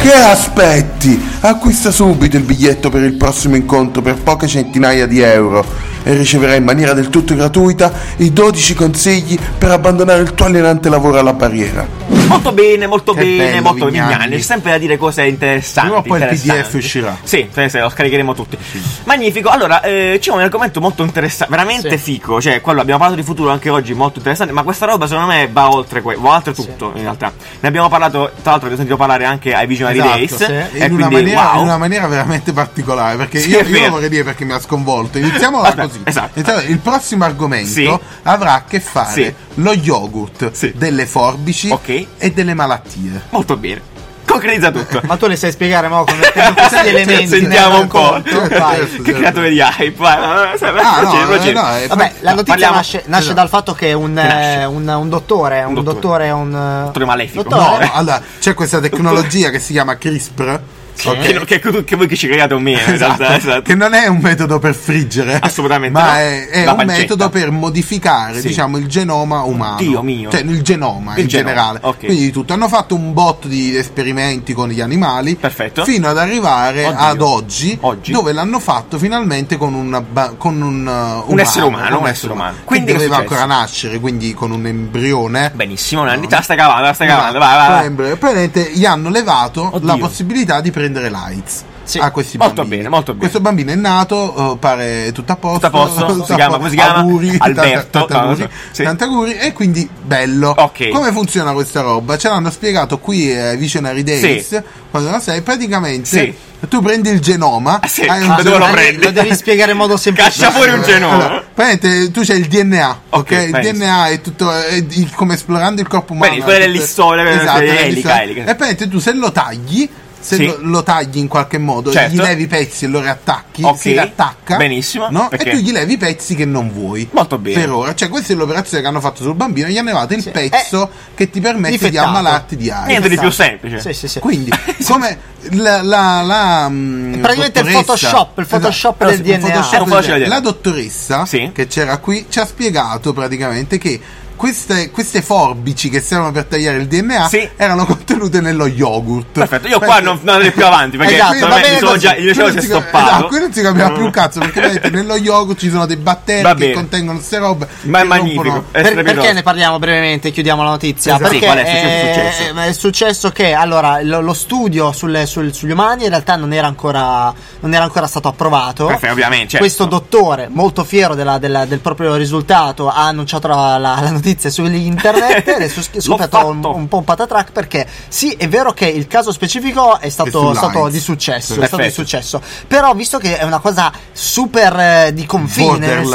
S4: Che aspetti? Acquista subito il biglietto per il prossimo incontro per poche centinaia di euro e riceverai in maniera del tutto gratuita i 12 consigli per abbandonare il tuo allenante lavoro alla barriera.
S1: Molto bene, molto
S2: Che
S1: bene,
S2: bello,
S1: molto
S2: Vignali.
S1: Vignali. C'è sempre da dire cose interessanti.
S2: Prima o poi il
S1: interessanti.
S2: PDF uscirà.
S1: Sì, sì, sì, lo scaricheremo tutti. Magnifico. Allora, eh, c'è un argomento molto interessante, veramente
S3: Sì.
S1: fico. Cioè, quello abbiamo parlato di futuro anche oggi, molto interessante. Ma questa roba, secondo me, va oltre, que- va oltre
S3: Sì.
S1: tutto. In realtà, ne abbiamo parlato, tra l'altro, abbiamo sentito parlare anche ai Visionary
S2: Esatto,
S1: Days.
S2: sì.
S1: E
S2: in, una
S1: quindi,
S2: maniera,
S1: wow.
S2: in una maniera veramente particolare perché
S1: Sì,
S2: io,
S1: è
S2: io
S1: vero.
S2: lo vorrei dire perché mi ha sconvolto iniziamola
S1: Aspetta,
S2: così
S1: esatto.
S2: Iniziamo- il prossimo argomento
S1: Sì.
S2: avrà a che fare
S1: Sì.
S2: lo yogurt
S1: Sì.
S2: delle forbici
S1: Ok.
S2: e delle malattie
S1: Molto bene. Concretizza tutto.
S3: Ma tu le sai spiegare, mo, come mettiamo questi
S1: Sì,
S3: elementi?
S1: sentiamo
S3: nel
S1: un po'.
S3: racconto? Vai.
S1: che creatore di hype. vai, vai, vai, vai,
S2: Ah, no,
S1: procedi,
S2: eh,
S1: procedi.
S2: no, eh,
S3: Vabbè, la
S1: No,
S3: notizia
S1: parliamo-
S3: nasce, nasce
S2: esatto.
S3: dal fatto che un,
S1: Che nasce.
S3: eh, un- un dottore, un
S1: dottore.
S3: dottore, un eh,
S1: Dottore malefico. eh,
S3: dottore.
S2: No, allora, c'è questa tecnologia che si chiama CRISPR
S1: Che- Che, che- che voi che ci creiate un meme, in
S2: Esatto,
S1: realtà, esatto.
S2: che non è un metodo per friggere
S1: Assolutamente
S2: ma
S1: no.
S2: è, è
S1: La
S2: un
S1: pancetta.
S2: metodo per modificare
S1: Sì.
S2: diciamo il genoma umano
S1: Dio mio.
S2: cioè il genoma
S1: Il
S2: in
S1: genoma,
S2: generale
S1: ok.
S2: quindi di tutto hanno fatto un botto di esperimenti con gli animali
S1: Perfetto.
S2: fino ad arrivare
S1: Oddio.
S2: ad oggi,
S1: Oggi.
S2: dove l'hanno fatto finalmente con, una ba- con un, uh,
S1: essere umano, un essere umano.
S2: che
S1: Quindi che è
S2: doveva
S1: successo?
S2: ancora nascere quindi con un embrione
S1: Benissimo, Nanni, te la stai cavando, te la stai cavando, vai,
S2: Con un
S1: vai, vai.
S2: embrione. praticamente gli hanno levato
S1: Oddio.
S2: la possibilità di prendere l'AIDS
S3: Sì.
S2: a questi
S1: Molto
S2: bambini.
S1: bene, molto bene.
S2: Questo bambino è nato, eh, pare tutto a
S1: Tutto
S2: posto.
S1: a posto, si
S2: a
S1: chiama-
S2: posto.
S1: come si chiama?
S2: Auguri,
S1: Alberto,
S2: tanti- tanti
S1: no, non
S2: auguri,
S1: so. Sì.
S2: tanti auguri, e quindi bello.
S1: Ok.
S2: Come funziona questa roba? Ce l'hanno spiegato qui eh, ai Visionary Days,
S1: Sì.
S2: quando la sei, praticamente
S1: Sì.
S2: tu prendi il genoma,
S1: Ah, sì,
S2: hai un
S1: da dove lo
S2: genoma-
S3: Dai,
S1: prendi?
S3: Lo devi spiegare in modo semplice.
S1: Caccia fuori un genoma.
S2: Eh, Allora, praticamente tu c'hai il DNA, ok?
S1: Ok,
S2: il
S1: penso.
S2: DNA è tutto è il- come esplorando il corpo umano.
S1: Bene, quella
S2: è
S1: è l'historia, quella è
S2: esatto,
S1: l'elica,
S2: l'elica.
S1: elica.
S2: E praticamente tu se lo tagli, se
S1: Sì.
S2: lo, lo tagli in qualche modo,
S1: Certo.
S2: gli levi i pezzi e lo riattacchi,
S1: Ok,
S2: si riattacca.
S1: benissimo,
S2: no?
S1: perché-
S2: E tu gli levi i pezzi che non vuoi.
S1: Molto bene.
S2: Per ora, cioè questa è l'operazione che hanno fatto sul bambino, gli hanno levato il
S3: Sì.
S2: pezzo che ti permette di
S3: Difettato.
S2: ammalarti di AIDS.
S1: Eh, Niente di più semplice.
S3: Sì, sì, sì.
S2: Quindi, come la. la, la mm,
S3: Praticamente il
S2: dottoressa-
S3: Photoshop, il Photoshop
S2: Esatto,
S3: del
S2: il
S3: DNA.
S2: Photoshop
S1: Era un
S2: del
S1: Photoshop del
S2: DNA. La dottoressa
S1: Sì.
S2: che c'era qui ci ha spiegato praticamente che. Queste, queste forbici che servono per tagliare il DNA
S1: Sì.
S2: erano contenute nello yogurt.
S1: Perfetto, io qua non, non andrei più avanti perché
S3: Esatto,
S1: secondo
S3: va
S1: me mi
S3: bene
S1: sono
S3: così.
S1: già, il mio
S2: Qui
S1: cervello
S2: non
S1: si è
S2: si cap-
S1: stoppato. Mm.
S2: esatto, qui non si capiva più un cazzo perché vedete, nello yogurt ci sono dei
S1: Va
S2: batteri
S1: bene.
S2: che contengono queste robe.
S1: Ma è
S2: che rompono-
S1: magnifico. Eh, è
S3: Per- perché
S1: strepitoso.
S3: ne parliamo brevemente? Chiudiamo la notizia.
S1: Esatto. Sì,
S3: Perché
S1: qual è? È successo-
S3: eh, è successo che allora lo, lo studio sulle- sul- sugli umani in realtà non era ancora, non era ancora stato approvato.
S1: Perfetto, ovviamente, certo.
S3: Questo dottore, molto fiero della- della- del proprio risultato, ha annunciato la, la- la notizia su internet ed è sus-
S1: L'ho
S3: scoppiato un,
S1: fatto.
S3: un po' un patatrack perché sì, è vero che il caso specifico è stato,
S2: sull'AIDS.
S3: stato di successo. È stato di
S1: Perfetto.
S3: successo. Però visto che è una cosa super eh, di confine, nel
S2: Borderline,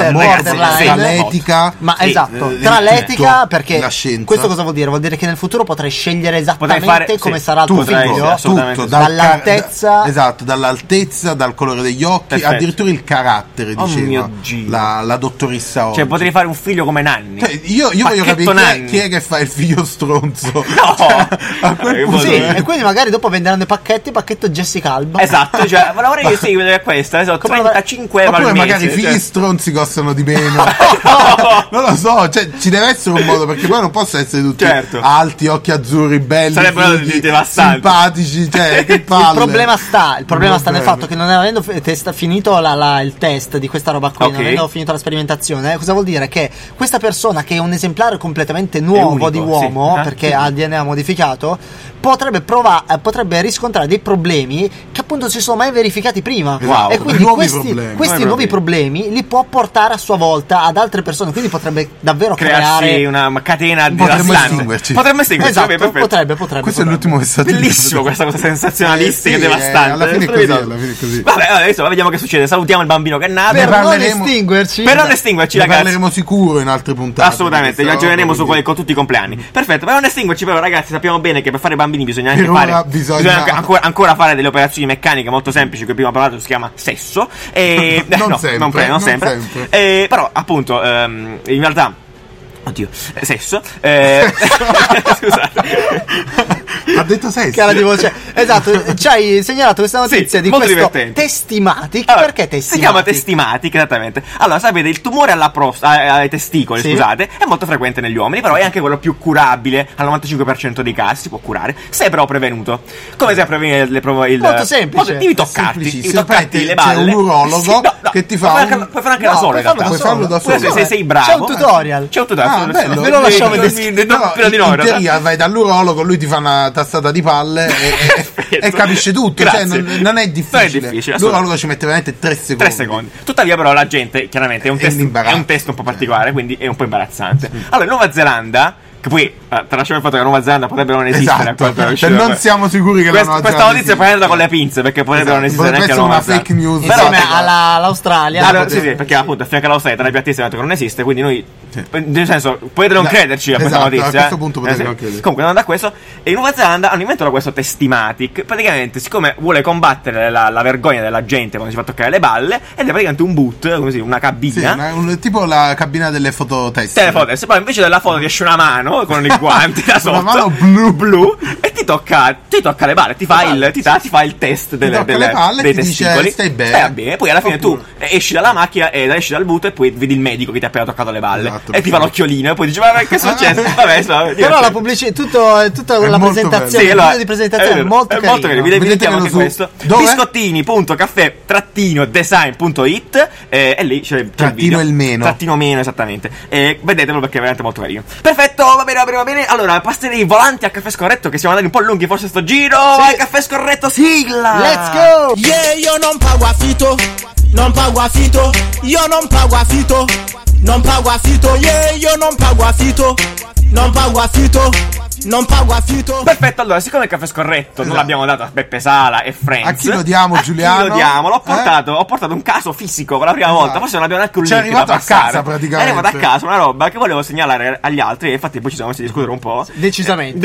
S1: borderline,
S3: senso,
S2: borderline,
S1: sì,
S2: tra l'etica,
S3: ma
S1: Sì,
S3: esatto,
S2: eh,
S3: tra
S2: tutto,
S3: l'etica, perché
S2: la scienza.
S3: questo cosa vuol dire? Vuol dire che nel futuro potrai scegliere
S1: Potrei
S3: esattamente
S1: fare-
S3: come
S1: sì,
S3: sarà il
S1: tu
S3: tuo
S1: potrai-
S3: figlio.
S1: sì, assolutamente.
S2: tutto, dal
S3: Dall'altezza-
S2: car- da- esatto, dall'altezza, dal colore degli occhi,
S1: Perfetto.
S2: addirittura il carattere,
S1: Oh
S2: diceva
S1: mio Dio.
S2: la, la dottoressa oggi.
S1: Cioè, potrei fare un figlio come Nanni.
S2: Cioè, io io
S1: Ma
S2: voglio
S1: che
S2: capire chi è,
S1: tonanni.
S2: chi è che fa il figlio stronzo.
S1: No!
S2: Cioè, a quel
S1: Eh,
S2: punto-
S3: Sì,
S1: Madonna.
S3: e quindi magari dopo venderanno i pacchetti, pacchetto Jessica Alba.
S1: Esatto, cioè, ma vorrei che sì, vedere questa, esatto,
S3: Come-
S1: 35 euro
S2: Oppure
S1: al mese.
S2: magari i figli
S1: cioè.
S2: stronzi costano di meno.
S1: No!
S2: non lo so, cioè, ci deve essere un modo perché poi non possono essere tutti
S1: Certo.
S2: alti, occhi azzurri, belli,
S1: Sarebbero
S2: fighi,
S1: dei devastanti.
S2: simpatici. Cioè, che palle.
S3: Il problema sta, il problema sta nel
S2: Vabbè.
S3: fatto che non avendo f- test- finito la- la- il test di questa roba qui,
S1: Ok.
S3: non avendo finito la sperimentazione, eh, cosa vuol dire? Che questa persona che è un esemplare completamente nuovo
S1: unico,
S3: di
S1: sì.
S3: uomo,
S1: Ah,
S3: perché
S1: sì.
S3: ha il DNA modificato, potrebbe, prova- eh, potrebbe riscontrare dei problemi che appunto si sono mai verificati prima.
S1: Wow,
S3: e quindi
S2: nuovi
S3: questi,
S2: problemi.
S3: questi
S1: Nuovi
S3: nuovi problemi li può portare a sua volta ad altre persone, quindi potrebbe davvero
S1: crearsi
S3: creare...
S1: una catena di
S2: Potremmo
S1: devastante.
S2: estinguerci.
S1: Potremmo estinguerci.
S3: Esatto,
S1: vabbè, perfetto.
S3: potrebbe, potrebbe.
S2: Questo è
S3: potrebbe.
S2: l'ultimo messaggio.
S1: Bellissimo questa cosa sensazionalistica
S2: Eh, sì, eh,
S1: devastante.
S2: alla fine è così,
S1: Meraviglioso.
S2: alla fine è così.
S1: Vabbè, vabbè, adesso vediamo che succede. Salutiamo il bambino che è nato.
S3: Per
S2: Ne
S3: non
S2: parleremo-
S3: estinguerci...
S1: Per non estinguerci,
S2: Ne
S1: ragazzi.
S2: parleremo sicuro in altre puntate.
S1: Assolutamente, li
S2: di questa
S1: aggiorneremo
S2: roba,
S1: su quelli
S2: quindi-
S1: con tutti i compleanni. Perfetto, per non estinguerci, però, ragazzi, sappiamo bene che per fare bambini bisogna anche
S2: Per ora
S1: fare.
S2: bisogna-
S1: anche- ancora, ancora fare delle operazioni meccaniche molto semplici. Che prima ho parlato si chiama sesso. E,
S2: Non
S1: eh, no,
S2: sempre,
S1: non, pre- non
S2: non
S1: sempre.
S2: sempre.
S1: Eh, però, appunto, ehm, in realtà. Oddio, eh, sesso. eh, scusate.
S2: Ha detto sesso.
S3: Cara di voce. Esatto, ci hai segnalato questa
S1: Sì,
S3: notizia di
S1: molto
S3: questo
S1: divertente.
S3: Testimatic.
S1: Allora,
S3: perché Testimatic?
S1: Si chiama Testimatic, esattamente. Allora, sapete, il tumore alla prost- a- ai testicoli,
S3: Sì.
S1: scusate, è molto frequente negli uomini, però è anche quello più curabile. Al 95% dei casi si può curare, se è però prevenuto. Come si può prevenire le prov- il
S3: Molto semplice.
S1: Molto- Devi toccarti, devi
S2: Semplicissimo.
S1: toccarti
S2: Poi
S1: le
S2: c'è
S1: balle.
S2: un urologo che ti fa
S1: Puoi fare
S2: un-
S1: anche, puoi fare anche
S3: No,
S1: da solo, in
S3: puoi
S1: realtà.
S3: farlo
S2: Puoi farlo da
S1: Puoi-
S2: solo.
S1: Se, se sei bravo.
S3: C'è un tutorial.
S1: C'è un tutorial.
S2: Ah, bello.
S1: Ve lo lasciamo
S3: in
S1: descrizione.
S2: No,
S1: Però di noi,
S2: in teoria vai dall'urologo, lui ti fa una tassata di palle e, e- e capisce tutto.
S1: Grazie.
S2: Cioè, non, non è difficile.
S1: Non è difficile,
S2: l'urologo ci mette veramente 3 secondi.
S1: 3 secondi. Tuttavia, però, la gente chiaramente è un,
S2: È
S1: test,
S2: un imbarazzo. Eh.
S1: è un test un po' particolare, quindi è un po' imbarazzante. Allora, in Nuova Zelanda. Che poi eh, tralasciamo il fatto che la Nuova Zelanda potrebbe non esistere
S2: Esatto.
S1: a quanto è
S2: Cioè,
S1: uscito.
S2: non siamo sicuri che la
S1: Questa-
S2: Nuova
S1: Questa
S2: Zelanda
S1: notizia è
S2: esista.
S1: prendita con le pinze perché potrebbe
S2: Esatto,
S1: non esistere
S2: potrebbe
S1: neanche la Nuova
S2: essere una
S1: Zelanda.
S2: fake news.
S1: Però-
S3: Insieme
S2: Esatto.
S3: alla- all'Australia.
S1: allora,
S3: la
S1: sì,
S3: potenza-
S1: sì, perché appunto fianco alla Australia tra i piattisti hanno detto che non esiste, quindi noi cioè, nel senso potete non
S2: No,
S1: crederci a questa
S2: esatto, a
S1: notizia.
S2: questo
S1: eh.
S2: punto
S1: Eh,
S2: potete
S1: sì.
S2: non crederci.
S1: Comunque, andando a questo, e in Nuova Zelanda hanno inventato questo Testimatic. Praticamente, siccome vuole combattere la, la vergogna della gente quando si fa toccare le balle, ed è praticamente un boot, come si dice, una cabina.
S2: Sì, una- un- tipo la cabina delle fototeste.
S1: Telefono adesso, poi invece della foto ti esce una mano con i guanti da sotto,
S2: Una mano blu. Esatto.
S1: blu e ti tocca, ti tocca le balle, ti fa, il, ti, dà- ti fa il test delle,
S2: tocca
S1: delle-
S2: le palle e
S1: dei
S2: ti dice,
S1: testicoli.
S2: "Stai bene".
S1: poi alla fine tu eh,
S2: Oppure-
S1: esci dalla macchina e esci dal butto e poi vedi il medico che ti ha appena toccato le balle
S2: Esatto, Ah,
S1: e ti fa
S2: sì.
S1: l'occhiolino e poi dici "Vabbè, che è successo?" Vabbè, insomma,
S3: Però la
S1: divertente.
S3: pubblicità, tutto, tutta la
S2: molto
S1: Sì,
S3: presentazione, il
S1: allora,
S3: video di presentazione è
S1: vero,
S3: molto
S1: è
S3: carino.
S1: molto carino. Vi evidentiamo
S2: Vedetevelo
S1: anche
S2: su-
S1: questo.
S2: dove?
S1: Biscottini.caffè-design.it eh, e lì c'è, c'è il
S2: Trattino
S1: video.
S2: il meno.
S1: Trattino meno, esattamente. Eh, vedetelo perché è veramente molto carino. Perfetto, va bene, va bene, va bene. Allora, passerei volanti al caffè scorretto che siamo andati un po' lunghi forse sto giro. Al caffè scorretto, sigla!
S3: Let's go!
S5: Yeah, yo non pa guafito, non pa guafito, yo non pa guafito, non pa guafito, yeah, yo non pa guafito, non pa guafito, non pa guafito.
S1: Perfetto, allora, siccome il caffè scorretto non
S2: Esatto.
S1: l'abbiamo dato a Beppe Sala e Friends,
S2: A chi lo diamo,
S1: a chi
S2: Giuliano?
S1: lo diamo? L'ho
S2: Eh?
S1: portato, ho portato un caso fisico per la prima volta.
S2: Esatto.
S1: Forse non abbiamo neanche un
S2: Ci è
S1: link da
S2: arrivato a
S1: passare.
S2: casa, praticamente.
S1: È arrivato a casa una roba che volevo segnalare agli altri. E infatti, poi ci siamo messi a discutere un po'.
S3: Decisamente.
S1: Eh, decisamente.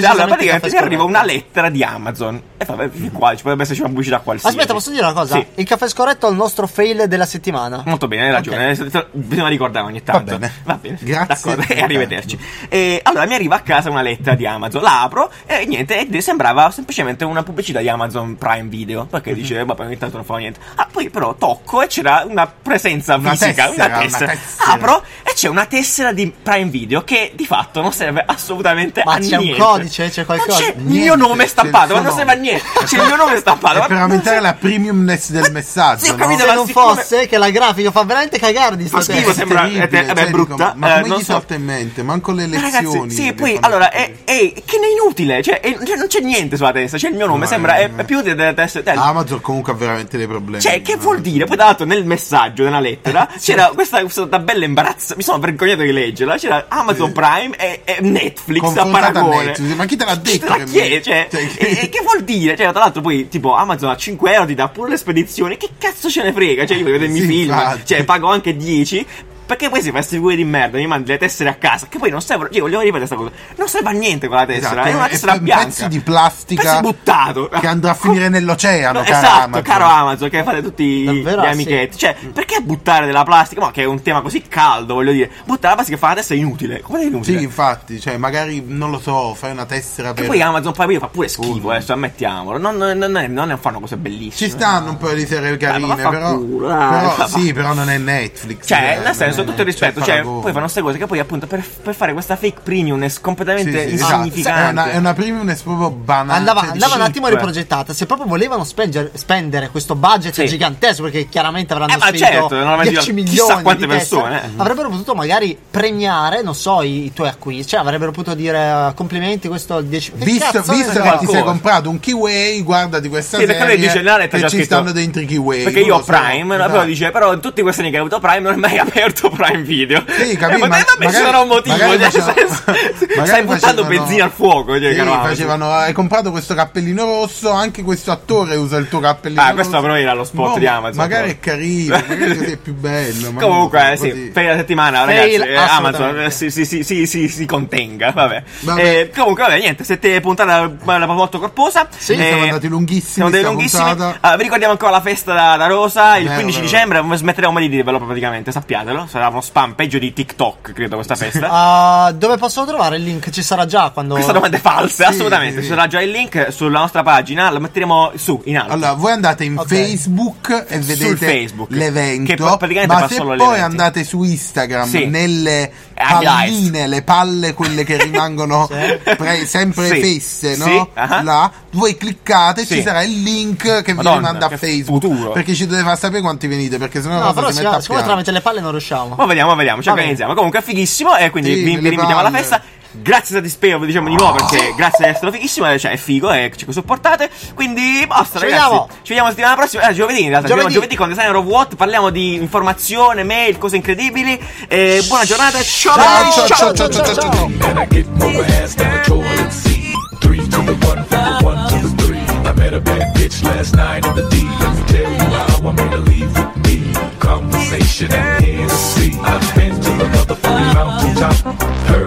S3: Decisamente
S1: Allora, praticamente
S3: caffè
S1: mi arriva
S3: scorretto.
S1: una lettera di Amazon. E vabbè, fin qua ci potrebbe esserci una pubblicità qualsiasi.
S3: Aspetta, posso dire una cosa?
S1: Sì. Mm.
S3: Il caffè scorretto è il nostro fail della settimana.
S1: Molto bene, hai ragione. Eh, Bisogna ricordare ogni tanto.
S2: Va bene.
S1: Va bene.
S2: Grazie.
S1: D'accordo, e arrivederci. E allora mi arriva a casa una lettera di Amazon, la apro e niente, ed sembrava semplicemente una pubblicità di Amazon Prime Video.
S2: Mhm.
S1: Perché dice, "Eh, vabbè, ogni tanto non fa niente. Ah, poi però tocco e c'era una presenza
S2: Una
S1: fisica,
S2: tessera,
S1: una
S2: una
S1: tessera.
S2: tessera.
S1: Apro e c'è una tessera di Prime Video che di fatto non serve assolutamente
S3: Ma
S1: a
S3: c'è
S1: niente.
S3: un codice, c'è qualcosa?
S1: Non c'è il
S2: Niente,
S1: mio nome
S2: c'è
S1: stampato,
S2: il
S1: ma
S2: suo
S1: non serve a
S2: nome.
S1: niente. C'è il mio nome stampato.
S2: È
S1: ma
S2: per
S1: non
S2: aumentare
S1: serve-
S2: la premiumness del messaggio.
S1: sì, ho
S2: no? Cioè,
S1: capito,
S3: Se
S1: ma
S3: non
S1: siccome-
S3: fosse che la grafica fa veramente cagare di
S1: Fa
S3: sta
S1: schifo,
S2: È
S3: testa.
S1: sembra-
S2: terribile,
S1: è te- vabbè, è
S2: dico,
S1: brutta, eh,
S2: Ma come
S1: non
S2: gli
S1: so.
S2: salta in mente? Manco le
S1: Ma
S2: lezioni.
S1: ragazzi, sì,
S2: le
S1: poi
S2: fanno-
S1: allora, eh, è, è- che ne è inutile, cioè, è- cioè, non c'è niente sulla testa, c'è il mio nome,
S2: No,
S1: sembra
S2: eh,
S1: è, è più della testa della-
S2: Amazon comunque ha veramente dei problemi.
S1: eh. Cioè, che vuol dire? Poi, tra l'altro, nel messaggio, nella lettera, c'era questa, questa tabella imbarazzante. Mi sono vergognato di leggerla. C'era Amazon Prime e, e Netflix a
S2: Confrontata a
S1: paragone.
S2: Netflix, ma chi te l'ha detto
S1: Te la
S2: che mi-
S1: chiede, cioè,
S2: Cioè,
S1: e- e che... vuol dire? Cioè, tra l'altro, poi, tipo, Amazon a 5 euro ti dà pure le spedizioni. Che cazzo ce ne frega? Cioè, io voglio vedere i miei
S2: Sì,
S1: film,
S2: infatti.
S1: cioè, pago anche 10. Perché poi si fa queste figure di merda, mi mandi le tessere a casa, che poi non servono. Io voglio ripetere questa cosa. Non serve a niente quella tessera,
S2: Esatto,
S1: è una
S2: è
S1: tessera
S2: un
S1: bianca.
S2: pezzo di plastica
S1: Pezzo buttato.
S2: che andrà a finire nell'oceano,
S1: No,
S2: cara
S1: esatto,
S2: Amazon. Ah,
S1: caro Amazon, che fate tutti i-
S3: Davvero,
S1: gli
S3: sì.
S1: amichetti. Cioè,
S2: Mm.
S1: perché buttare della plastica? Ma che è un tema così caldo, voglio dire. Buttare la plastica e fare la testa è inutile. Come è inutile?
S2: Sì, infatti, cioè, magari non lo so, fai una tessera
S1: e
S2: per.
S1: poi Amazon Prime Video fa pure schifo, adesso ammettiamolo. Non, non, non, non ne fanno cose bellissime.
S2: Ci stanno un po' di serie carine,
S1: Eh, ma fa
S2: però.
S1: culo, dai,
S2: però
S1: fa-
S2: sì, però non è Netflix.
S1: Cioè,
S2: eh,
S1: nel
S2: non
S1: senso, senso, tutto il rispetto,
S2: c'è
S1: cioè,
S2: paragone.
S1: poi fanno queste cose che poi appunto per, per fare questa fake premiumness
S2: Sì,
S1: completamente
S2: sì, esatto. È
S1: insignificante.
S2: una, è una premiumness proprio
S1: Ah,
S2: banale.
S3: Andava,
S2: cioè,
S3: andava un
S2: cheap.
S3: attimo riprogettata. Se proprio volevano spengere- spendere questo budget
S1: Sì.
S3: gigantesco, perché chiaramente avranno
S1: Eh, ma
S3: speso
S1: certo, non avrebbe
S3: 10
S1: detto
S3: milioni
S1: chissà quante
S3: di teste,
S1: persone, eh.
S3: avrebbero potuto magari premiare, non so, i, i tuoi acquisti. Cioè, avrebbero potuto dire eh, complimenti, questo è il 10 che
S2: Visto, visto
S3: cazzo ne
S2: che
S3: so?
S2: ti
S1: qualcosa.
S2: sei comprato un Kiwi, guarda di questa
S1: Sì, perché
S2: serie
S1: lui dice no, è
S2: che
S1: già
S2: ci
S1: scritto,
S2: stanno dentro i Kiwi.
S1: Perché io ho Prime,
S2: Esatto.
S1: però dice però in tutti questi anni che hai avuto Prime non hai mai aperto Prime Video.
S2: Sì,
S1: Eh,
S2: capito?
S1: ma
S2: ma-
S1: vabbè, ci sarà un motivo,
S2: magari
S1: cioè,
S2: facevano-
S1: nel senso, stai
S2: magari
S1: buttando
S2: facevano-
S1: benzina al fuoco, cioè,
S2: sì,
S1: caro Amazon.
S2: facevano, "Ah, hai comprato questo cappellino rosso, anche questo attore usa il tuo cappellino
S1: Ah,
S2: rosso.
S1: questo però era lo spot
S2: Boh,
S1: di Amazon.
S2: Magari è
S1: però.
S2: carino, magari così è più bello. ma
S1: Comunque,
S2: no,
S1: eh, sì,
S2: così.
S1: per la settimana,
S3: Fail,
S1: ragazzi, eh,
S3: assolutamente.
S1: Amazon eh, si, si, si, si, si- si contenga. Vabbè.
S2: Vabbè.
S1: Eh, comunque, vabbè, niente, siete puntata alla molto corposa. Eh,
S3: Sì,
S2: siamo andati lunghissimi,
S1: Siamo andati
S2: sta
S1: lunghissimi.
S2: puntata.
S1: Ah, vi ricordiamo ancora la festa da, da Rosa il
S2: Vero,
S1: 15
S2: vero.
S1: dicembre. Non smetteremo mai di dirvelo praticamente, sappiatelo. Sarà uno spam peggio di TikTok, credo, questa festa.
S3: Ah, dove posso trovare il link? Ci sarà già quando.
S1: Questa domanda è falsa,
S2: Sì,
S1: assolutamente.
S2: sì,
S1: Ci
S2: sì.
S1: sarà già il link sulla nostra pagina, lo metteremo su in alto.
S2: Allora, voi andate in
S3: Ok.
S2: Facebook e vedete
S1: Facebook,
S2: l'evento,
S1: che poi praticamente fa
S2: ma se
S1: solo
S2: poi
S1: gli eventi.
S2: andate su Instagram
S1: Sì. Eh,
S2: nelle
S1: Highlights.
S2: palline, le palle, quelle che rimangono
S3: Sì.
S2: pre- sempre
S1: Sì.
S2: fesse, no?
S1: Sì, ah.
S2: Là, voi cliccate,
S1: Sì.
S2: ci sarà il link che
S1: Madonna,
S2: vi rimanda
S1: che
S2: a Facebook,
S1: futuro.
S2: perché ci dovete far sapere quanti venite, perché sennò
S3: No,
S2: la
S3: Ah, però
S2: cosa si
S3: si-
S2: mette a
S3: siccome
S2: piano.
S3: tramite le palle non riusciamo.
S1: Ma vediamo, vediamo, ci
S3: Va bene.
S1: organizziamo. Comunque è fighissimo e quindi
S2: Sì,
S1: vi, vi
S2: delle
S1: invitiamo alla
S2: palle.
S1: festa. Grazie a Dispero, vi diciamo di nuovo
S3: Ah.
S1: perché grazie ad essere fighissimo, eh, cioè è figo e ci supportate. Quindi basta
S3: Ci
S1: ragazzi.
S3: vediamo.
S1: Ci vediamo settimana prossima, eh, giovedì in realtà, ci vediamo
S3: Giovedì.
S1: giovedì con Designer of What, parliamo di informazione, mail, cose incredibili. Eh, buona giornata, ciao,
S2: Ciao,
S1: ciao,
S2: ciao,
S1: ciao.
S2: ciao, ciao, ciao, ciao.
S6: And I get my ass down control and see. Three to the one, from the one to the three. I met a bad bitch last night in the D. Let me tell you how I made her leave with me. Conversation and Hennessy. I've been to the motherfucking mountaintop. Her